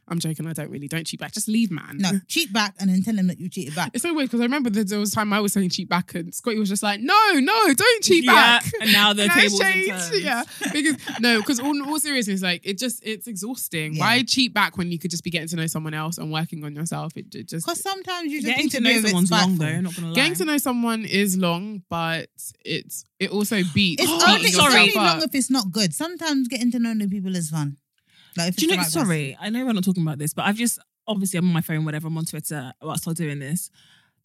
I'm joking. I don't really. Don't cheat back. Just leave, man.
No, cheat back and then tell him that you cheated back.
It's so weird because I remember that there was a time I was saying cheat back and Scotty was just like, no, no, don't cheat back.
Yeah, and now the
And Uh, I
tables have
changed,
turned.
Yeah, because no, because all, in all seriousness, like it just it's exhausting.
Yeah.
Why cheat back when you could just be getting to know someone else and working on yourself? It, it just
Because sometimes you just
Getting
need to,
to know
be a bit
someone's long though.
spiteful.
Not gonna lie.
getting to know someone is long, but it's it also beats. beating
It's only, it's
yourself
sorry.
only
up.
long if it's not good. Sometimes getting to know new people is fun. Like if
Do you know?
it's the right person.
sorry, I know we're not talking about this, but I've just obviously I'm on my phone, whatever. I'm on Twitter. I'll start doing this.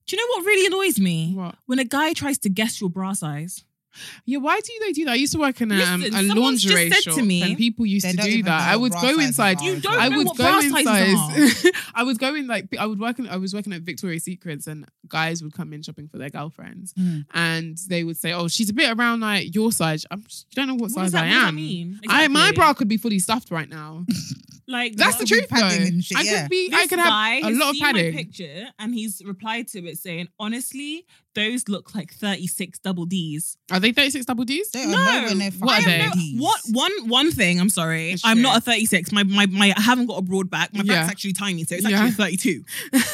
Do you know what really annoys me?
What?
When a guy tries to guess your bra size.
Yeah, why do they do that? I used to work in um,
Listen,
a
someone's just
lingerie
said to
shop,
me-
and people used
They
to
don't
do
even know
that. I
what
would
bra
go
sizes
inside.
are.
You don't
Oh, I
know
would
what
go
bra sizes
inside. I would go in like I would work in. I was working at Victoria's Secrets, and guys would come in shopping for their girlfriends,
Mm.
and they would say, "Oh, she's a bit around like your size. I'm just, you don't know what,
What
size
does that,
I
what does that
am.
mean?
I my
Exactly.
bra could be fully stuffed right now.
Like
That's the
be
truth, though.
padding and shit,
I could
yeah.
be.
This
I could
guy
have a
has
lot of
seen
padding.
My picture and he's replied to it saying, "Honestly, those look like 36 double D's."
Are they 36 double Ds?
They are
No,
nowhere near
what are
fucking
they?
like these.
What one one thing? I'm sorry,
It's
I'm
true.
not a 36. My my my I haven't got a broad back. My
Yeah.
back's actually tiny, so it's
Yeah.
actually a 32.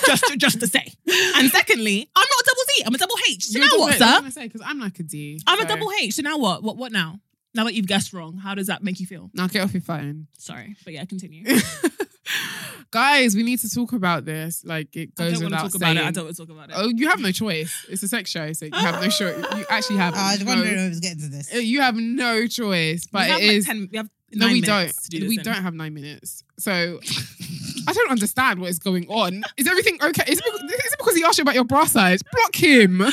just just to say. And secondly, I'm not a double D. I'm a double H. So
You're
now
double-
what,
I was
sir?
gonna say, 'cause I'm like a D.
I'm a
so-
double H. So now what? What what now? Now that you've guessed wrong, how does that make you feel?
Now get off your phone.
Sorry, but yeah, continue.
Guys, we need to talk about this. Like it
I
goes
don't want to
without
talk
saying.
about it. I don't want to talk about it.
Oh, you have no choice. It's a sex show, so you have no choice. You actually have.
I was
no-
wondering if it was getting to this.
You have no choice, but
we have
it is.
like 10, we have
no,
nine
we don't.
minutes to do this
we
in.
don't have nine minutes. So I don't understand what is going on. Is everything okay? Is it because, is it because he asked you about your bra size? Block him.
I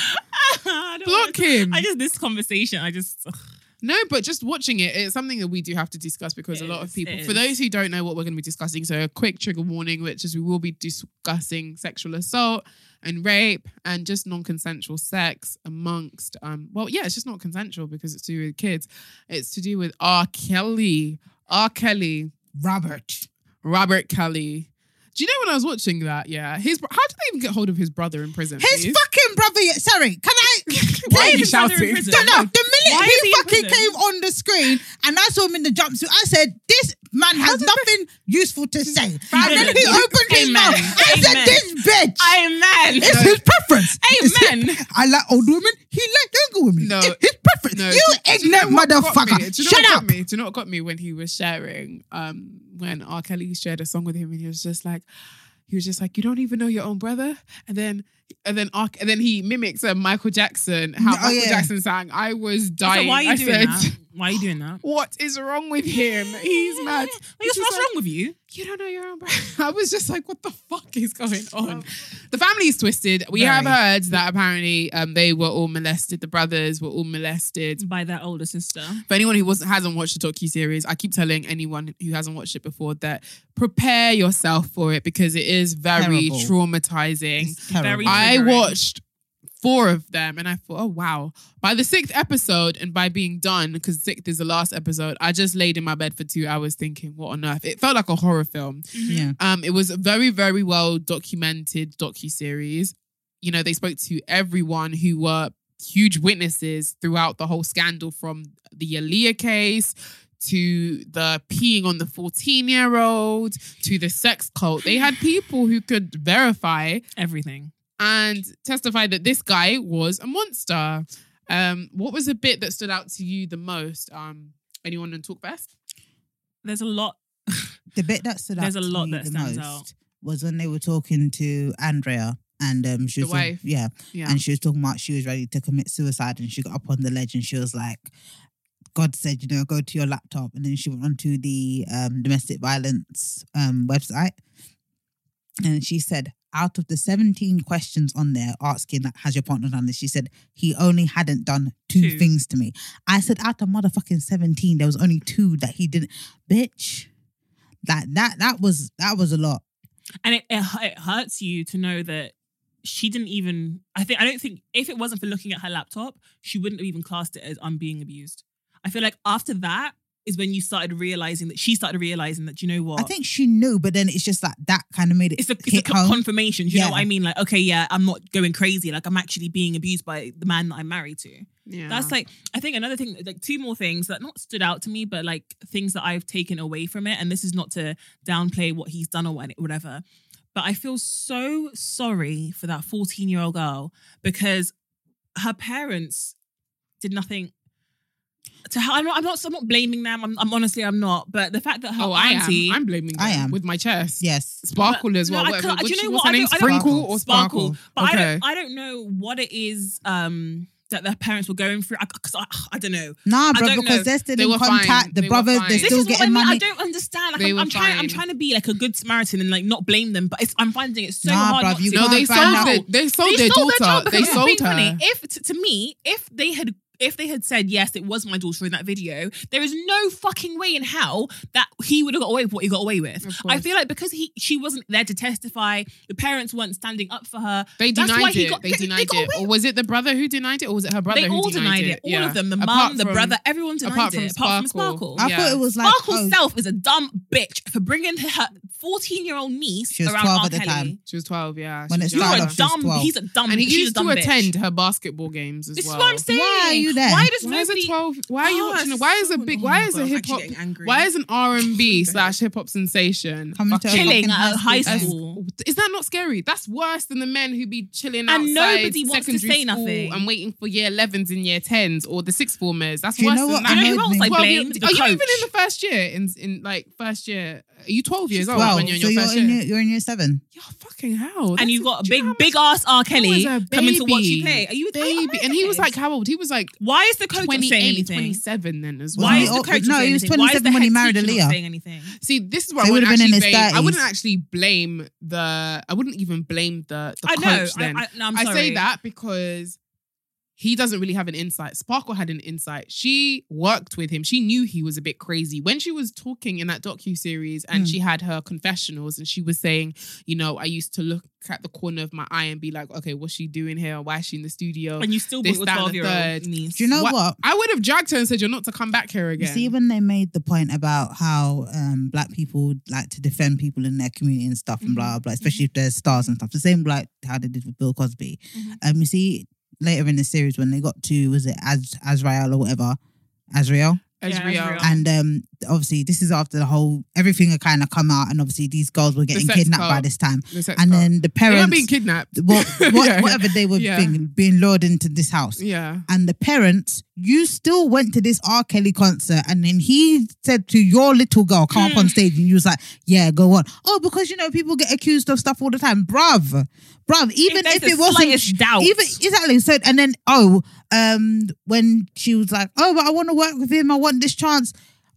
don't
Block
want to-
him.
I just this conversation. I just ugh.
No, but just watching it, it's something that we do have to discuss because
It
a lot
is,
of people,
it
for
is.
those who don't know what we're going to be discussing, so a quick trigger warning, which is we will be discussing sexual assault and rape and just non consensual sex amongst, um, well, yeah, it's just not consensual because it's to do with kids. It's to do with R. Kelly, R. Kelly,
Robert.
Robert Kelly. Do you know when I was watching that? Yeah, his bro- how did they even get hold of his brother in prison?
His
please?
fucking brother. yeah, Sorry, can I?
Why are you
Please.
his brother in
shouting?
prison?
No, no. The minute
Why is
he
he in
fucking
prison?
came on the screen and I saw him in the jumpsuit, I said, "This man has nothing useful to say." And then he
didn't.
opened his
Amen.
mouth. I said,
Amen.
"This bitch."
I man.
It's his preference. It's his-
Amen.
I like old women. He like younger women.
No.
It's his preference.
No,
you
do- do you
ignorant
know what got
motherfucker.
me? Do you know
Shut
what
up.
Got me? Do you know what got me when he was sharing? Um, when R. Kelly shared a song with him, and he was just like, he was just like, you don't even know your own brother, and then. and then arc, and then he mimics a Michael Jackson, how
Oh,
Michael
yeah.
Jackson sang. I was
I
dying.
said, why are
I
you doing
said,
that? Why are you doing that?
What is wrong with him? He's mad. It's
What's,
just
what's
like-
wrong with you?
you don't know your own brand. I was just like, what the fuck is going on? The family's twisted. We have
Very.
heard that apparently um, they were all molested. The brothers were all molested.
By that older sister.
For anyone who wasn't hasn't watched the docu series, I keep telling anyone who hasn't watched it before that prepare yourself for it because it is very
Terrible.
traumatizing.
It's terrible.
Very-
I
triggering.
watched four of them and I thought, oh wow. By the sixth episode and by being done, because sixth is the last episode, I just laid in my bed for two hours thinking, what on earth? It felt like a horror film.
yeah.
Um, it was a very, very well documented docu series. You know, they spoke to everyone who were huge witnesses throughout the whole scandal, from the Aaliyah case to the peeing on the fourteen-year-old to the sex cult. They had people who could verify
Everything.
and testify that this guy was a monster. Um, what was the bit that stood out to you the most? Um, anyone on Talk Best?
There's a lot.
The bit that stood
There's
out
a
to
lot
me
that
the
stands
most
out.
was when they were talking to Andrea and um she
The
was talk-
wife.
yeah,
Yeah.
and she was talking about she was ready to commit suicide and she got up on the ledge and she was like God said, you know, go to your laptop and then she went onto the um domestic violence um website and she said out of the 17 questions on there asking like has your partner done this she said he only hadn't done two,
Two.
things to me i said out of motherfucking 17 there was only two that he didn't bitch that that that was that was a lot
And it, it, hu- it hurts you to know that she didn't even. I think I don't think if it wasn't for looking at her laptop, she wouldn't have even classed it as I'm being abused. I feel like after that is when you started realizing that she started realizing that you know what
i think she knew but then it's just like that kind of made it
it's a, it's a
hit
co-
home.
confirmation. Do you know what
Yeah.
I mean? Like, okay, yeah, I'm not going crazy. Like, I'm actually being abused by the man that I'm married to.
Yeah.
That's like, I think another thing, like two more things that not stood out to me, but like things that I've taken away from it. And this is not to downplay what he's done or what- whatever. But I feel so sorry for that 14 year old girl because her parents did nothing. To her, I'm not, I'm not. I'm not blaming them. I'm, I'm honestly, I'm not. But the fact that her
oh, I am.
auntie,
I'm blaming.
I
them
am.
with my chest.
yes
Sparkle as
No,
well.
I
whatever.
can't- do you
What's-
know
what's
what?
her
I
name?
don't- I don't-
Sprinkle or Sparkle?
But I
okay.
don't, I don't know what it is um, that their parents were going through. Because I, I, don't know.
Nah,
I
bro,
don't
because
know.
they're still
They were
in contact.
fine.
The
They were
brothers,
fine.
they're
This
This
still
is what I
getting
mean.
money.
I don't understand. Like,
They
I'm,
were
I'm trying. I'm
fine.
trying to be like a good Samaritan and like not blame them. But it's, I'm finding it so
Nah,
hard.
bruv,
not
you
to.
No,
can't
they
find
sold
out.
their they sold their
sold
daughter.
job
They
because it's
sold
being
her.
funny. If to, to me, if they had, if they had said yes, it was my daughter in that video, there is no fucking way in hell that he would have got away with what he got away with.
Of course.
I feel like because he, she wasn't there to testify, the parents weren't standing up for her.
They
That's why
denied
he
it.
got-
they
they- they
denied
got
it. Or was it the brother who denied it, or was it her brother?
they
who
all denied it. All
Yeah.
of them, the
Apart
mum, the
from-
brother, everyone denied
apart from
it. Apart from
Sparkle.
Sparkle.
I
Yeah.
thought it was like
Sparkle
oh,
self is a dumb bitch for bringing her 14 year old niece
She was
around
12
R.
at the
Kelly.
time.
She was twelve. Yeah.
When
She
it
was
You're
started
young.
a
off, she was
dumb.
12.
He's a dumb.
and he
she's a
used
dumb
to
bitch.
attend her basketball games as
This
well.
is what I'm saying.
Why are you there?
Why does
Why is
nobody-
it twelve? Why are you
Oh,
watching?
it's
it? Why is a
so
big?
annoying,
Why is
bro.
a
I'm
hip
actually
hop?
getting angry.
Why is an R and B slash hip hop sensation
Coming to a
fucking-
killing
fucking
at a high
school.
school?
Is that not scary? That's worse than the men who be chilling outside
And nobody wants to
secondary
say
school
nothing.
and waiting for year 11s and year 10s or the sixth formers. That's
Do you
worse
know
than
what
that.
annoyed
You know who else I
me?
Twelve year-
blame? The
Are you
coach.
even in the first year? In in like first year? Are you 12 years old
Well,
when you're in
so
your
you're
first
in
year?
your, you're in year seven.
Yeah, fucking hell.
and
That's
you've got a
do you
big,
know how
big
much-
ass R.
I was
Kelly
a
coming to watch
baby.
you play. Are you a
baby? And he was like, how old? He was like
why is the coach not saying
28,
anything?
27 then as well.
Why
Wasn't
is
he
the
old-
coach
no,
not
he
saying
was
anything? Why is
27
the
when he
head
married
teacher not
Aaliyah.
saying anything?
See, this is where
They
I
would
wouldn't
have been in
actually
his
blame. I
30s.
wouldn't actually blame the. I wouldn't even blame the. the
I
coach
know. I,
Then.
I, no, I'm
I
sorry.
say that because he doesn't really have an insight. Sparkle had an insight. She worked with him. She knew he was a bit crazy. When she was talking in that docu series and
Hmm.
she had her confessionals and she was saying, you know, I used to look at the corner of my eye and be like, okay, what's she doing here? Why is she in the studio?
And you still
This,
bought your
that, and the
12 year
third.
old niece.
Do you know
What-
what?
I would have dragged her and said, "You're not to come back here
You
again."
see, when they made the point about how um, black people like to defend people in their community and stuff,
Mm-hmm.
and blah blah, especially if they're stars and stuff, the same like how they did with Bill Cosby.
Mm-hmm.
Um, you see later in the series when they got to was it Az Azrael or whatever, Azrael,
Azriel.
Yeah, Azriel.
and um, obviously this is after the whole everything had kind of come out, and obviously these girls were getting
sex
kidnapped
cult.
by this time,
The sex
and
cult.
then the
They
parents,
weren't being kidnapped.
what, what,
Yeah.
whatever they were
Yeah.
being, being lured into this house,
Yeah.
and the parents, you still went to this R. Kelly concert, and then he said to your little girl, "Come up on stage," and you was like, "Yeah, go on." Oh, because you know people get accused of stuff all the time, bruv, bruv. Even
there's
if,
the
it wasn't,
slightest doubt.
even exactly. So, and then oh, um, when she was like, "Oh, but I want to work with him. I want this chance."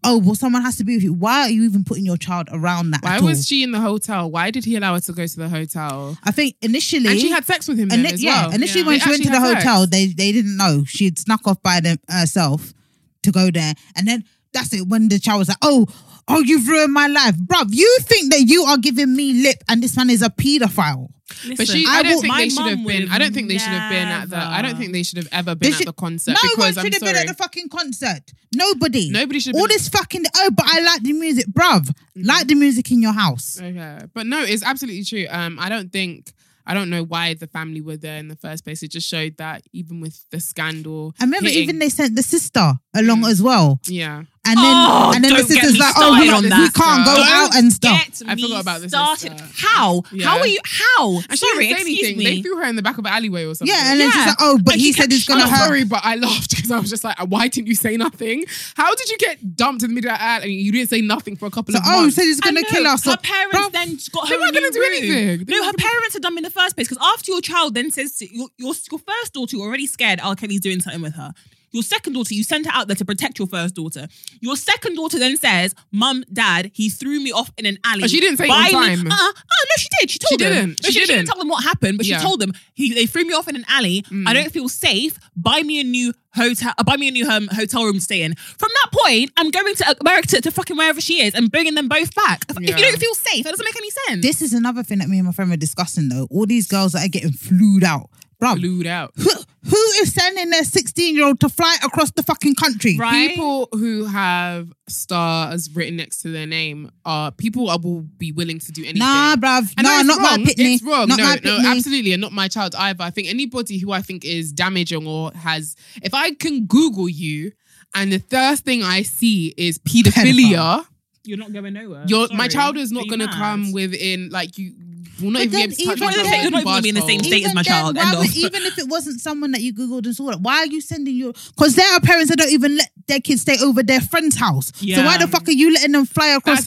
Oh, well, someone has to be with you. Why are you even putting your child around that?
Why
at all?
was she in the hotel? Why did he allow her to go to the hotel?
I think initially,
And she had sex with him then
and
as
yeah,
well.
initially
Yeah.
when
They
she went to the
actually had
hotel,
sex.
they they didn't know she'd snuck off by them, herself to go there, and then that's it. When the child was like, "Oh, oh, you've ruined my life, bruv. You think that you are giving me lip, and this man is a paedophile."
But
Listen,
she, I, don't
will-
think
my
they should
mum
have been.
would
I don't think they should have been at the. I don't
never-
think they should have ever
They
been at
should-
the concert
no one
because
should
I'm
have
sorry.
been at the fucking concert. Nobody.
Nobody should have
All
been-
this fucking. Oh, but I like the music, bruv.
Mm.
Like the music in your house.
Okay, Oh, but no, it's absolutely true. Um, I don't think I don't know why the family were there in the first place. It just showed that even with the scandal,
I remember
hitting- Mm.
even they sent the sister along as well,
yeah.
and then
Oh,
and then the
don't get
sister's
me
like, "Oh, we,
started on
we
that,
can't go
girl.
out and stuff."
Get
I
me
forgot about this
started.
sister.
How?
Yeah.
How are you? How?
And she
sorry,
didn't say
excuse
anything.
me.
They threw her in the back of an alleyway or something.
Yeah, and then she's
Yeah.
like, "Oh, but
And
he
she
said
kept
it's gonna
I'm
hurt."
sorry, but I laughed because I was just like, why didn't you say nothing? How did you get dumped in the middle of that ad and you didn't say nothing for a couple
So,
of
oh,
months?
so he's gonna
I know.
kill us.
Her
So-
parents
Bruv,
then just got
they
her.
weren't
a new
gonna do
room.
anything. They
No, her
weren't gonna-
parents are dumb in the first place because after your child then says to your, your your first daughter, you're already scared. R. Kelly's doing something with her. Your second daughter, you sent her out there to protect your first daughter. Your second daughter then says, "Mum, Dad, he threw me off in an alley."
Oh, she didn't say it on
By me-
time.
Uh, oh no, she did. She told them.
didn't.
No,
She
she,
didn't.
tell them what happened, but
Yeah. Mm.
she told them he they threw me off in an alley. I don't feel safe. Buy me a new hotel. Uh, buy me a new um, hotel room to stay in. From that point, I'm going to America to, to fucking wherever she is and bringing them both back. If, if
Yeah.
you don't feel safe, that doesn't make any sense.
this is another thing that me and my friend were discussing though. All these girls that are getting flued out, bro.
Blued out.
Who, who is sending their sixteen-year-old to fly across the fucking country?
Right?
People who have stars written next to their name are people are, will be willing to do anything.
Nah, bruv.
And
nah,
no, it's
not
wrong.
my pitney.
It's wrong.
Not
no,
my
no,
pitney.
absolutely, and not my child either. I think anybody who I think is damaging or has, if I can Google you, and the first thing I see is pedophilia,
You're not going nowhere.
your my child is not going to come within like you will not
But
even be
then
able to touch my
even
child.
then- You're not
even gonna be in the same
barge
state.
pole.
as my child,
why
end
would-
of.
even if it wasn't someone that you googled and saw that, why are you sending your? Because there are parents that don't even let their kids stay over their friend's house. So
Yeah.
why the fuck are you letting them fly across
That's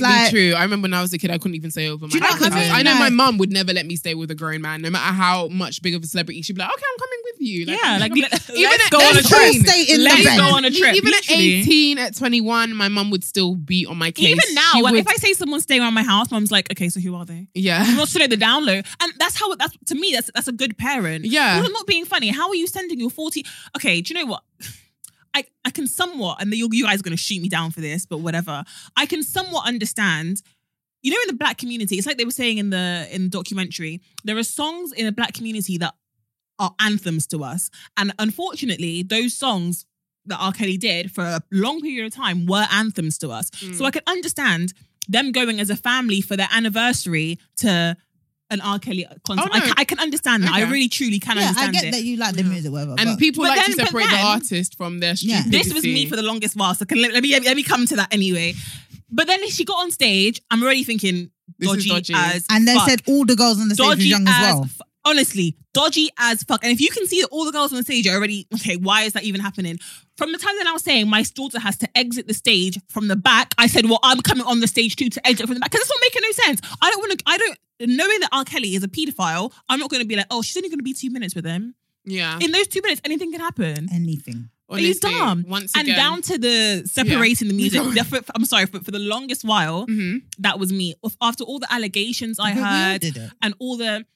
absolutely
Like,
true. I remember when I was a kid, I couldn't even stay over my.
Do you know
cousin's
what I
house.
mean?
I know my
Like-
mum would never let me stay with a grown man, no matter how much big of a celebrity. She'd be like, "Okay, I'm coming with you."
Yeah, like let, us
Even at
go on a
let's all
trip.
stay in
Let's
the bed.
go on a trip.
Even at
literally.
18, at 21, my mum would still be on my case.
Even now,
She
when-
would-
if I say someone's staying around my house, mom's like, okay, so who are they? She
yeah.
wants to know the download, and that's how. That's to me. That's that's a good parent.
Yeah.
Well, I'm not being funny. How are you sending your forty? Okay, do you know what? I, I can somewhat, and you, you guys are going to shoot me down for this, but whatever. I can somewhat understand. You know, in the black community, it's like they were saying in the in the documentary, there are songs in the black community that are anthems to us, and unfortunately, those songs that R. Kelly did for a long period of time were anthems to us. So
Mm.
I can understand them going as a family for their anniversary to an R. Kelly concert.
Oh,
I,
no.
ca- I can understand that.
Okay.
I really, truly can
yeah, I
understand
get
it. Mm.
that you like the music, whatever.
And
but-
people
But
like to
then- but
separate the
then-
artist from their
Yeah.
stupidity.
this was me for the longest while. So can, let, let me let me come to that anyway. But then she got on stage. I'm already thinking
This is
dodgy,
dodgy.
as
And they
fuck.
said all the girls on the stage were
dodgy
young as,
as,
well.
f- honestly dodgy as fuck. And if you can see that all the girls on the stage are already okay, why is that even happening? From the time that I was saying my daughter has to exit the stage from the back, I said, well, I'm coming on the stage too to exit from the back because it's not making no sense. I don't want to. I don't. Knowing that R. Kelly is a paedophile, I'm not going to be like, oh, she's only going to be two minutes with him.
yeah.
In those two minutes, anything can happen.
Anything.
Are you
Honestly,
dumb?
Once
and
again,
down to the separating the music.
Sorry.
For- for- I'm sorry, for, for the longest while,
Mhm.
that was me. Af- After all the allegations I
But we all
heard
did it.
and all the.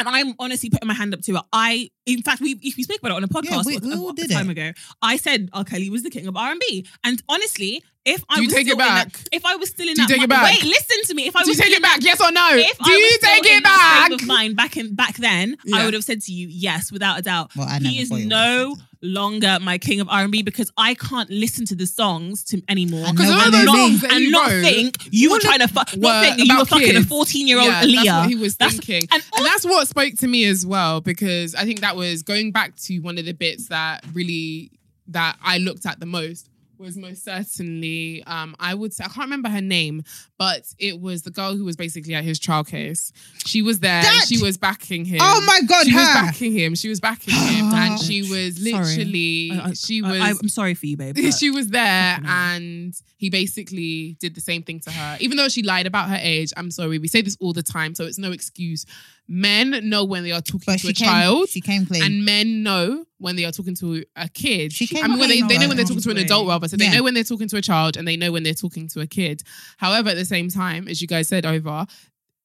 And I'm honestly putting my hand up to it. I, in fact, we if we spoke about it on a podcast
Yeah, we-
a-
we
a,
all
a
did
time
it.
ago. I said R. Kelly was the king of R and B. And honestly, if I
Do you
was
take it
still in that-
back?
if I was still in
Do you
that,
take it
mi-
back?
wait, listen to me. If I
Do you
was
take
still
it
in
back? Yes or no?
if
Do
I
you
was still
take
in
it
that
back?
frame of mind back in back then,
Yeah.
I would have said to you, yes, without a doubt.
Well, I never
he is
thought you
no
would have
longer my king of R and B because I can't listen to the songs to
Oh,
anymore.
And 'Cause no all
and,
one those
knows.
not,
that he
and not
wrote
think you were
all
trying to fuck. Not think that you
about
were fucking a
kids.
fourteen year old
Yeah,
Aaliyah.
That's what he was
That's-
thinking.
and
And that's what spoke to me as well, because I think that was going back to one of the bits that really that I looked at the most was
was most certainly, um, I would say, I can't remember her name, but it was the girl who was basically at his trial case. She was there. and
That-
She was backing him.
Oh my God,
She was
her. Oh,
backing him. She was backing him, and she was literally.
I- I-
she
I-
was.
I, am sorry for you, babe. but- Mm.
she was there
Fucking hell.
and he basically did the same thing to her. Even though she lied about her age, I'm sorry, we say this all the time, so it's no excuse. Men know when they are talking
But
to
she
a
came,
child.
she came clean.
And men know when they are talking to a kid.
She came
I mean, when they,
clean
they know when they're
on
talking to an
way.
adult, rather. So they
Yeah.
know when they're talking to a child and they know when they're talking to a kid. However, at the same time, as you guys said over,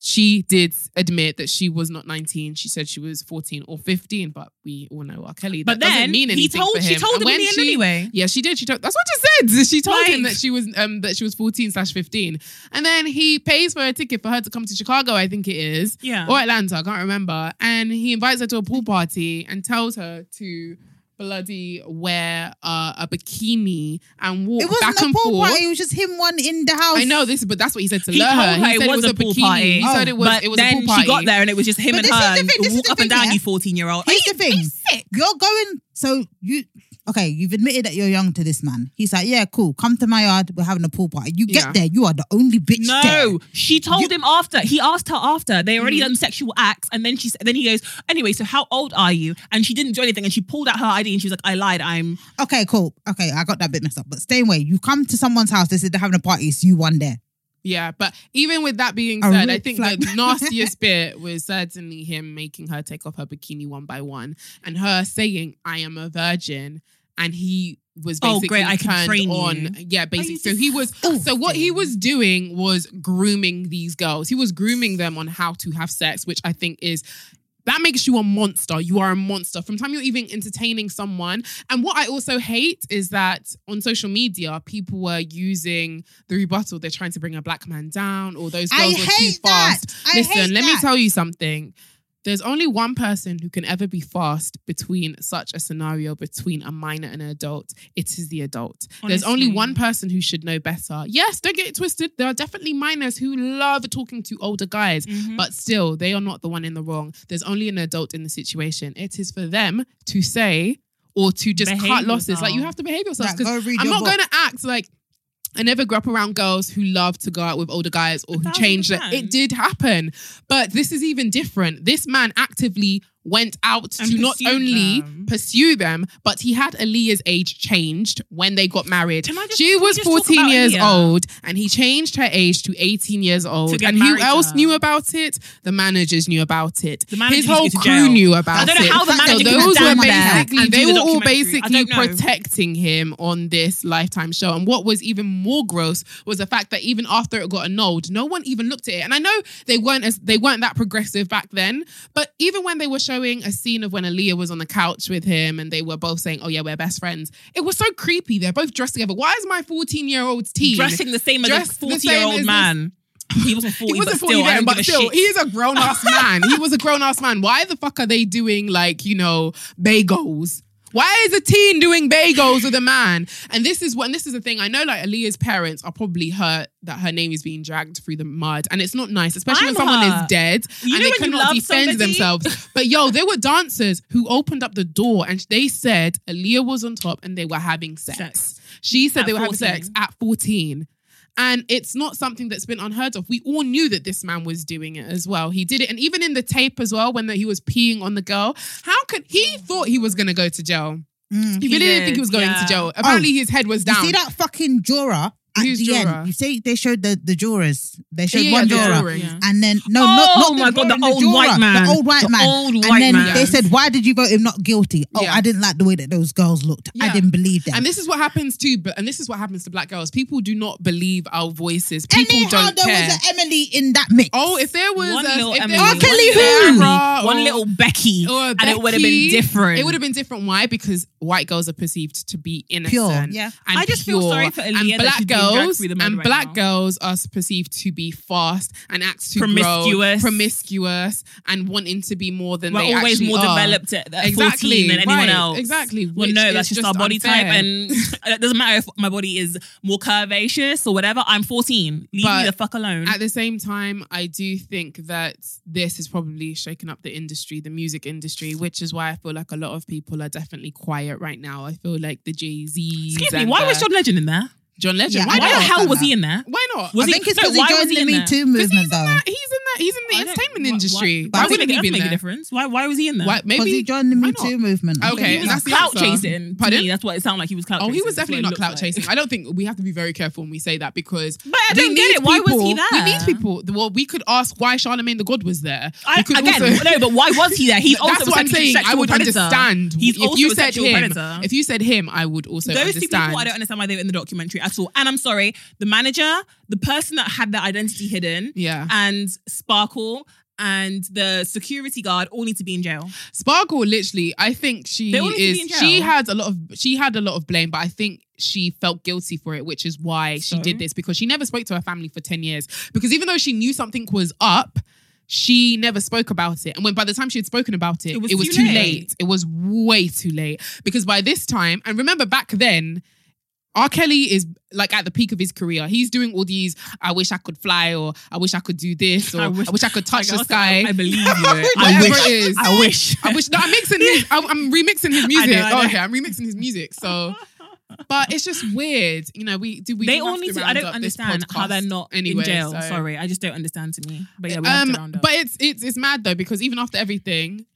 she did admit that she was not 19. She said she was 14 or 15, but we all know R. Kelly. That
but then
doesn't mean anything
he told
for him.
she told
And
him in
when
the end
she-
anyway.
yeah, she did. She told, that's what I just said. She told him
Like-
that she was um that she was fourteen slash fifteen, and then he pays for a ticket for her to come to Chicago. I think it is
Yeah.
or Atlanta. I can't remember. And he invites her to a pool party and tells her to bloody wear uh, a bikini and walk
it wasn't
back
a
and
pool
forth.
party. It was just him one in the house.
I know this, but that's what he said to
He
lure her.
told her
He
it
said
was a pool
bikini.
party.
He said it was
Oh,
but
it was
then
a pool party.
she got there and it was just him
But
and
this is
her.
the
and
thing, this is
walk
the
up and
thing,
down,
yeah.
you 14 year old.
Here's the thing. You're going. So you okay? You've admitted that you're young to this man. He's like, yeah, cool. Come to my yard. We're having a pool party. You get
Yeah.
there. You are the only bitch. there.
No, she told him after. He asked her after. They already
Mm-hmm.
done sexual acts, and then she s- then he goes, anyway. So how old are you? And she didn't do anything, and she pulled out her ID, and she was like, I lied. I'm
Okay, cool. Okay, I got that bit messed up. But stay away. You come to someone's house. They said they're having a party. It's you one there.
Yeah, but even with that being
A
said, I
red
think
flag.
the nastiest bit was certainly him making her take off her bikini one by one and her saying, I am a virgin. And he was
Oh,
basically
great, I can
turned
train
on.
you.
Yeah, basically. So he was
Oh,
so what he was doing was grooming these girls. He was grooming them on how to have sex, which I think is that makes you a monster. You are a monster from the time you're even entertaining someone. And what I also hate is that on social media, people were using the rebuttal. They're trying to bring a black man down, or those
I
girls were too
hate that.
fast.
I
Listen,
hate
let me
that.
tell you something. There's only one person who can ever be fast between such a scenario between a minor and an adult. It is the adult. There's only
Honestly.
one person who should know better. Yes, don't get it twisted. There are definitely minors who love talking to older guys,
Mm-hmm.
but still, they are not the one in the wrong. There's only an adult in the situation. It is for them to say or to just
Behave
cut losses. Like you
yourself.
have to behave yourself.
Like, go read
I'm
your
not
book.
going to act like I never grew up around girls who love to go out with older guys or
A
who
thousand
changed it.
percent.
It did happen. But this is even different. This man actively went out
And
to not
pursued
only
them.
pursue them, but he had Aaliyah's age changed when they got married.
Can I just-
she
can we
was
just talk
14
about
years
Aaliyah?
old and he changed her age to 18 years old.
get
And who
married to
else
her.
knew about it? The managers knew about it.
The manager
His
needs to
whole
go to
crew
jail.
knew about
I
it.
don't know how the manager
so
could
those were
stand there
basically
and
they
do the
were all
documentary. I
basically
don't know.
protecting him on this lifetime show. And what was even more gross was the fact that even after it got annulled, no one even looked at it. And I know they weren't as they weren't that progressive back then, but even when they were showing a scene of when Aaliyah was on the couch with him and they were both saying, "Oh yeah, we're best friends," it was so creepy. They're both dressed together. Why is my fourteen-year-old teen
dressing the same as a
Dressed the same
40 year
as
old
this-
man. He wasn't 40,
he wasn't
but
40
still, I
then,
don't
but
give
still,
a shit.
he is a grown ass man. He was a grown ass man. Why the fuck are they doing like, you know, bagels? Why is a teen doing bagels with a man? And this is what and this is the thing. I know like Aaliyah's parents are probably hurt that her name is being dragged through the mud. And it's not nice, especially when
I'm
someone
hurt.
is dead
You
and they
know when you
cannot
love
defend
somebody?
themselves. But yo, there were dancers who opened up the door and they said Aaliyah was on top and they were having sex.
Sex.
She said
At
they were having
14.
sex at 14. And it's not something that's been unheard of. We all knew that this man was doing it as well. He did it. And even in the tape as well, when the, he was peeing on the girl, how could he thought he was going to go to jail?
Mm.
He really did, not think
did,
he was going
yeah.
to jail. Apparently, his head was down.
Oh. You see that fucking Jorah at
Who's
the
Jorah?
end. You see they showed the the jurors. They showed
Yeah,
one
the
juror.
drawing.
Yeah.
And then no,
Oh
not, not
my God,
drawing,
the old white
juror,
man.
the old white
The
man,
old white
and then
man.
they said, "Why did you vote him not guilty?" Oh,
Yeah.
I didn't like the way that those girls looked. I
Yeah.
didn't believe them.
And this is what happens to, but and this is what happens to black girls. People do not believe our voices. People
Anyhow,
don't
there
care.
was an Emily in that mix.
oh, if there was
one
a,
little
if
Emily,
there was
Oh, Kelly
a
who?
Sarah
one
or-
little Becky,
or a
and it would have been
Becky,
different.
Oh, It would have been different. Why? Because white girls are perceived to be innocent.
Pure, yeah.
And
I just feel
pure.
sorry for Aaliyah
And
that
black
she's been
girls
through the mud
and
right
black
now.
girls are perceived to be fast and acts to grow,
Promiscuous.
promiscuous, and wanting to be more than
We're
they
always
actually
more
are.
developed at, at
Exactly,
14 than anyone
right,
else.
exactly,
Well,
which
no,
is
that's just,
just
our body
unfair.
type, and uh, it doesn't matter if my body is more curvaceous or whatever. I'm 14. Leave
But
me the fuck alone.
At the same time, I do think that this has probably shaken up the industry, the music industry, which is why I feel like a lot of people are definitely quiet right now. I feel like the Jay Z.
Excuse me, why was John Legend in there?
John Legend?
Yeah,
why,
Why the
not?
don't
hell
understand
was he
that.
in there?
Why not?
Was
I
he-
think it's
so
because
why
he
was
joined
he
the
in
Me
that?
'Cause
Too movement,
he's in
though.
that. He's in that. He's in the
I don't-
entertainment
why-
industry.
Why,
But
why
I
would
wouldn't
it
he be
doesn't make a
in there?
difference? Why? Why was he in there?
Why,
Because
maybe
he joined the
why
Me
not?
Too movement. I
Okay,
think
He
and
was
that's
that's
like
the
clout
answer.
chasing. To
Pardon?
me, that's what it sounded like. He was clout
Oh,
chasing.
he was
That's
definitely
what it
not
looked
clout
like.
chasing. I don't think we have to be very careful when we say that because.
But I
we
don't get
need
it. Why was he
people-
there?
We need people. Well, we could ask why Charlemagne the God was there.
I,
we could
again,
also-
no, but why was he there? He's also
That's what
a
I'm
sexual-
saying. I
sexual
would
predator.
understand.
He's
if
also
you
a
said
sexual
him,
predator.
if you said him, I would also
Those
understand.
two people, I don't understand why they were in the documentary at all. And I'm sorry, the manager, the person that had their identity hidden,
Yeah.
and Sparkle and the security guard all need to be in jail.
Sparkle literally, I think she
They all need to be in
is
jail.
she had a lot of she had a lot of blame, but I think she felt guilty for it, which is why she
So?
did this because she never spoke to her family for 10 years. Because even though she knew something was up, she never spoke about it. And when by the time she had spoken about it, it was, too, late. It was way too late. Because by this time, and remember back then, R. Kelly is like at the peak of his career. He's doing all these, I wish I could fly, or I wish I could do this, or I wish I, could touch the
Like,
sky.
I, I believe you. eh? I,
Whatever
wish.
it is.
I wish.
I wish. No, I'm mixing his. I'm, I'm remixing his music.
I know.
Oh, okay, I'm remixing his music. So, but it's just weird. You know, we do. We
they
do
all
have
need
to.
to. I
round
don't
up this
understand how
podcast
they're not
anyway,
in jail.
so-
Sorry, I just don't understand to me. But yeah, we have
Um,
to round up.
but it's it's it's mad though because even after everything.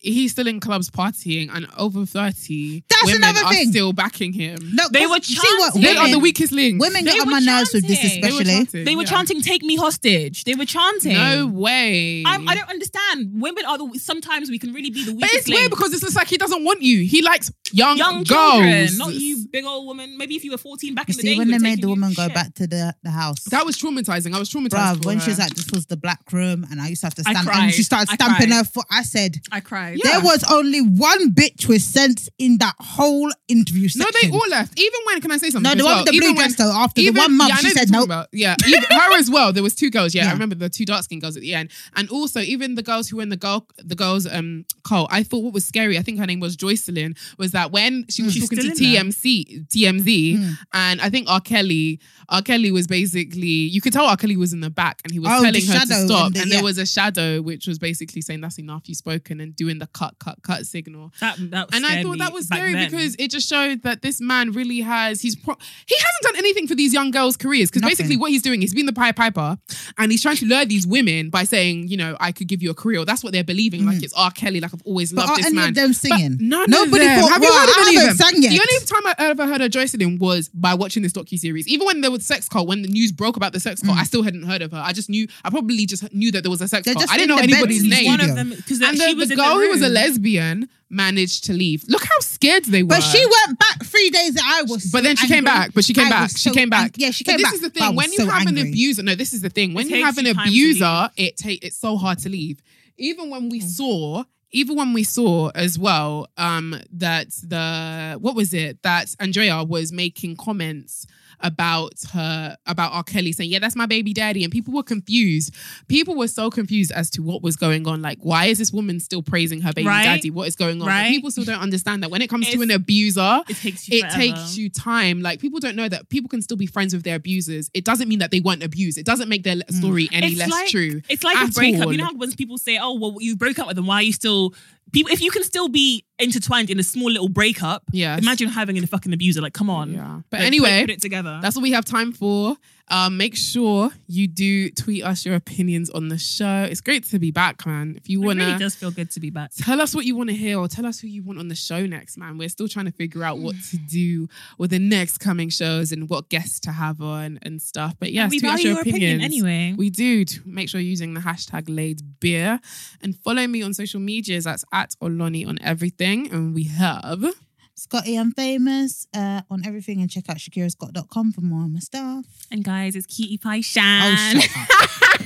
He's still in clubs partying, and over thirty
That's
women
another
are
thing.
still backing him.
No,
They
'cause
were
you see what
chanting.
They
women,
are the weakest links.
Women
They
get on
were
my nerves with this,
chanting. They were
especially.
chanting,
they were
yeah.
chanting, "Take me hostage." They were chanting.
No way.
I'm, I don't understand. Women are the. Sometimes we can really be the
But
weakest.
it's weird
link.
because it's just like he doesn't want you. He likes young,
young
girls.
children, not you, big old woman. Maybe if you were 14 back
You
in the day,
see,
you
when they
would've
made
taken
the
you
woman go
shit.
back to the, the house.
That was traumatizing. I was traumatized.
Bruv,
for
when
her.
she was like, this was the black room, and I used to have to
I
stamp,
cried.
and she started
I
stamping
cried.
her foot. I said,
I cried.
Yeah.
there was only one bitch with sense in that whole interview
No,
section.
they all left. Even when can I say something?
No, the
as
one
well?
with the blue
Even when-
dress, though, after the
even-
one month,
yeah, I
she
know
said
what you're
nope.
talking about. Yeah, even, her as well. There was two girls. Yeah, I
Yeah.
remember the two dark skinned girls at the end, and also even the girls who were in the girl, the girls um cult. I thought what was scary. I think her name was Joycelyn. Was that when she was
She's
talking
still
to
in there.
TMC, TMZ,
Mm.
and I think R Kelly, R Kelly was basically you could tell R Kelly was in the back and he was
Oh, the
telling her to
shadow and
stop,
the-
and
yeah.
there was a shadow which was basically saying that's enough, you've spoken, and doing the cut, cut, cut signal
That, that
and I
scared
thought
me
that was
back
scary
then.
because it just showed that this man really has he's pro- he hasn't done anything for these young girls' careers because
Nothing.
basically what he's doing he's been the pie piper and he's trying to lure these women by saying you know I could give you a career that's what they're believing like it's R Kelly like I've always
Mm-hmm. But
loved
are
this
any
man
of them singing?
But none
Nobody
of them.
thought,
Have you
"Wow,
heard of
I
any
haven't
of them?
sang yet."
The only time I ever heard of Joycelyn was by watching this docu series. Even when there was sex cult, when the news broke about the sex cult, I still hadn't heard of her. I just knew I probably just knew that there was a sex
They're
cult.
just
I didn't
in
know
the bedroom
anybody's name
studio.
one of them because
and
she
the,
was
the
in
girl
the
who was a
room.
lesbian managed to leave. Look how scared they were.
But she went back three days. and I was.
But then
so
she came
angry.
back. But she came
I
back.
was
she
so
came back.
ang- yeah, she
But
came
this
back.
is the
but I
thing.
was
When you
so
have an
angry.
abuser, no, this is the thing. When
It
you have
takes
an
you time to
abuser, it take it's so hard to leave. Even when
Mm.
we saw, even when we saw as well, um, that the what was it that Andrea was making comments about her about R. Kelly saying, Yeah, that's my baby daddy. And people were confused. People were so confused as to what was going on. Like, why is this woman still praising her baby
Right.
daddy? What is going on? But
Right.
people still don't understand that when it comes to
It's-
an abuser,
It takes you.
it takes you time. Like people don't know that people can still be friends with their abusers. It doesn't mean that they weren't abused. It doesn't make their le- story any less
like,
true.
It's like a
at
breakup.
all.
You know how when people say, "Oh, well, you broke up with them. Why are you still?" People, if you can still be intertwined in a small little breakup,
Yes.
Imagine having a fucking abuser. Like, come on.
Yeah. But
Like,
anyway,
put it together.
That's all we have time for. Um, make sure you do tweet us your opinions on the show. It's great to be back, man. If you
it
wanna
really does feel good to be back.
tell us what you want to hear or tell us who you want on the show next, man. We're still trying to figure out what to do with the next coming shows and what guests to have on and stuff. But yes,
And we
tweet us
value
your,
your opinion
opinions.
anyway.
We do. T- Make sure you're using the hashtag laid beer and follow me on social medias. That's at Oloni on everything. And we have
Scotty, I'm famous uh, on everything, and check out shakirascott.com for more of my stuff.
And guys, it's Kitty Pie
Oh,
Shan.
shut up.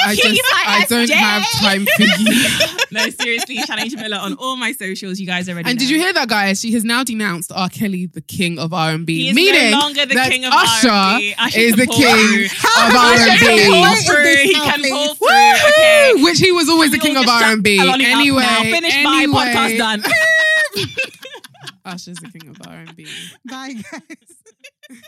I
Keep
just,
my
I
ass
don't have
dead.
time for you.
no, seriously, Shannon Jamila on all my socials. You guys already.
And
know.
did you hear that, guys? She has now denounced R. Kelly the king of R and
He
B,
is
meaning
no longer the
that
king of
Usher
R&B. Usher
is
can
the
pull
king
through.
of R
Usher
and
can
B.
pull
What is
through.
this
He
now,
can
please?
pull through. Okay.
Which he was always the
We all
king of
just shut
R and B.
a lot of mouth
Anyway,
now. finish
anyway,
my podcast done.
Usher's the king of R and B.
Bye, guys.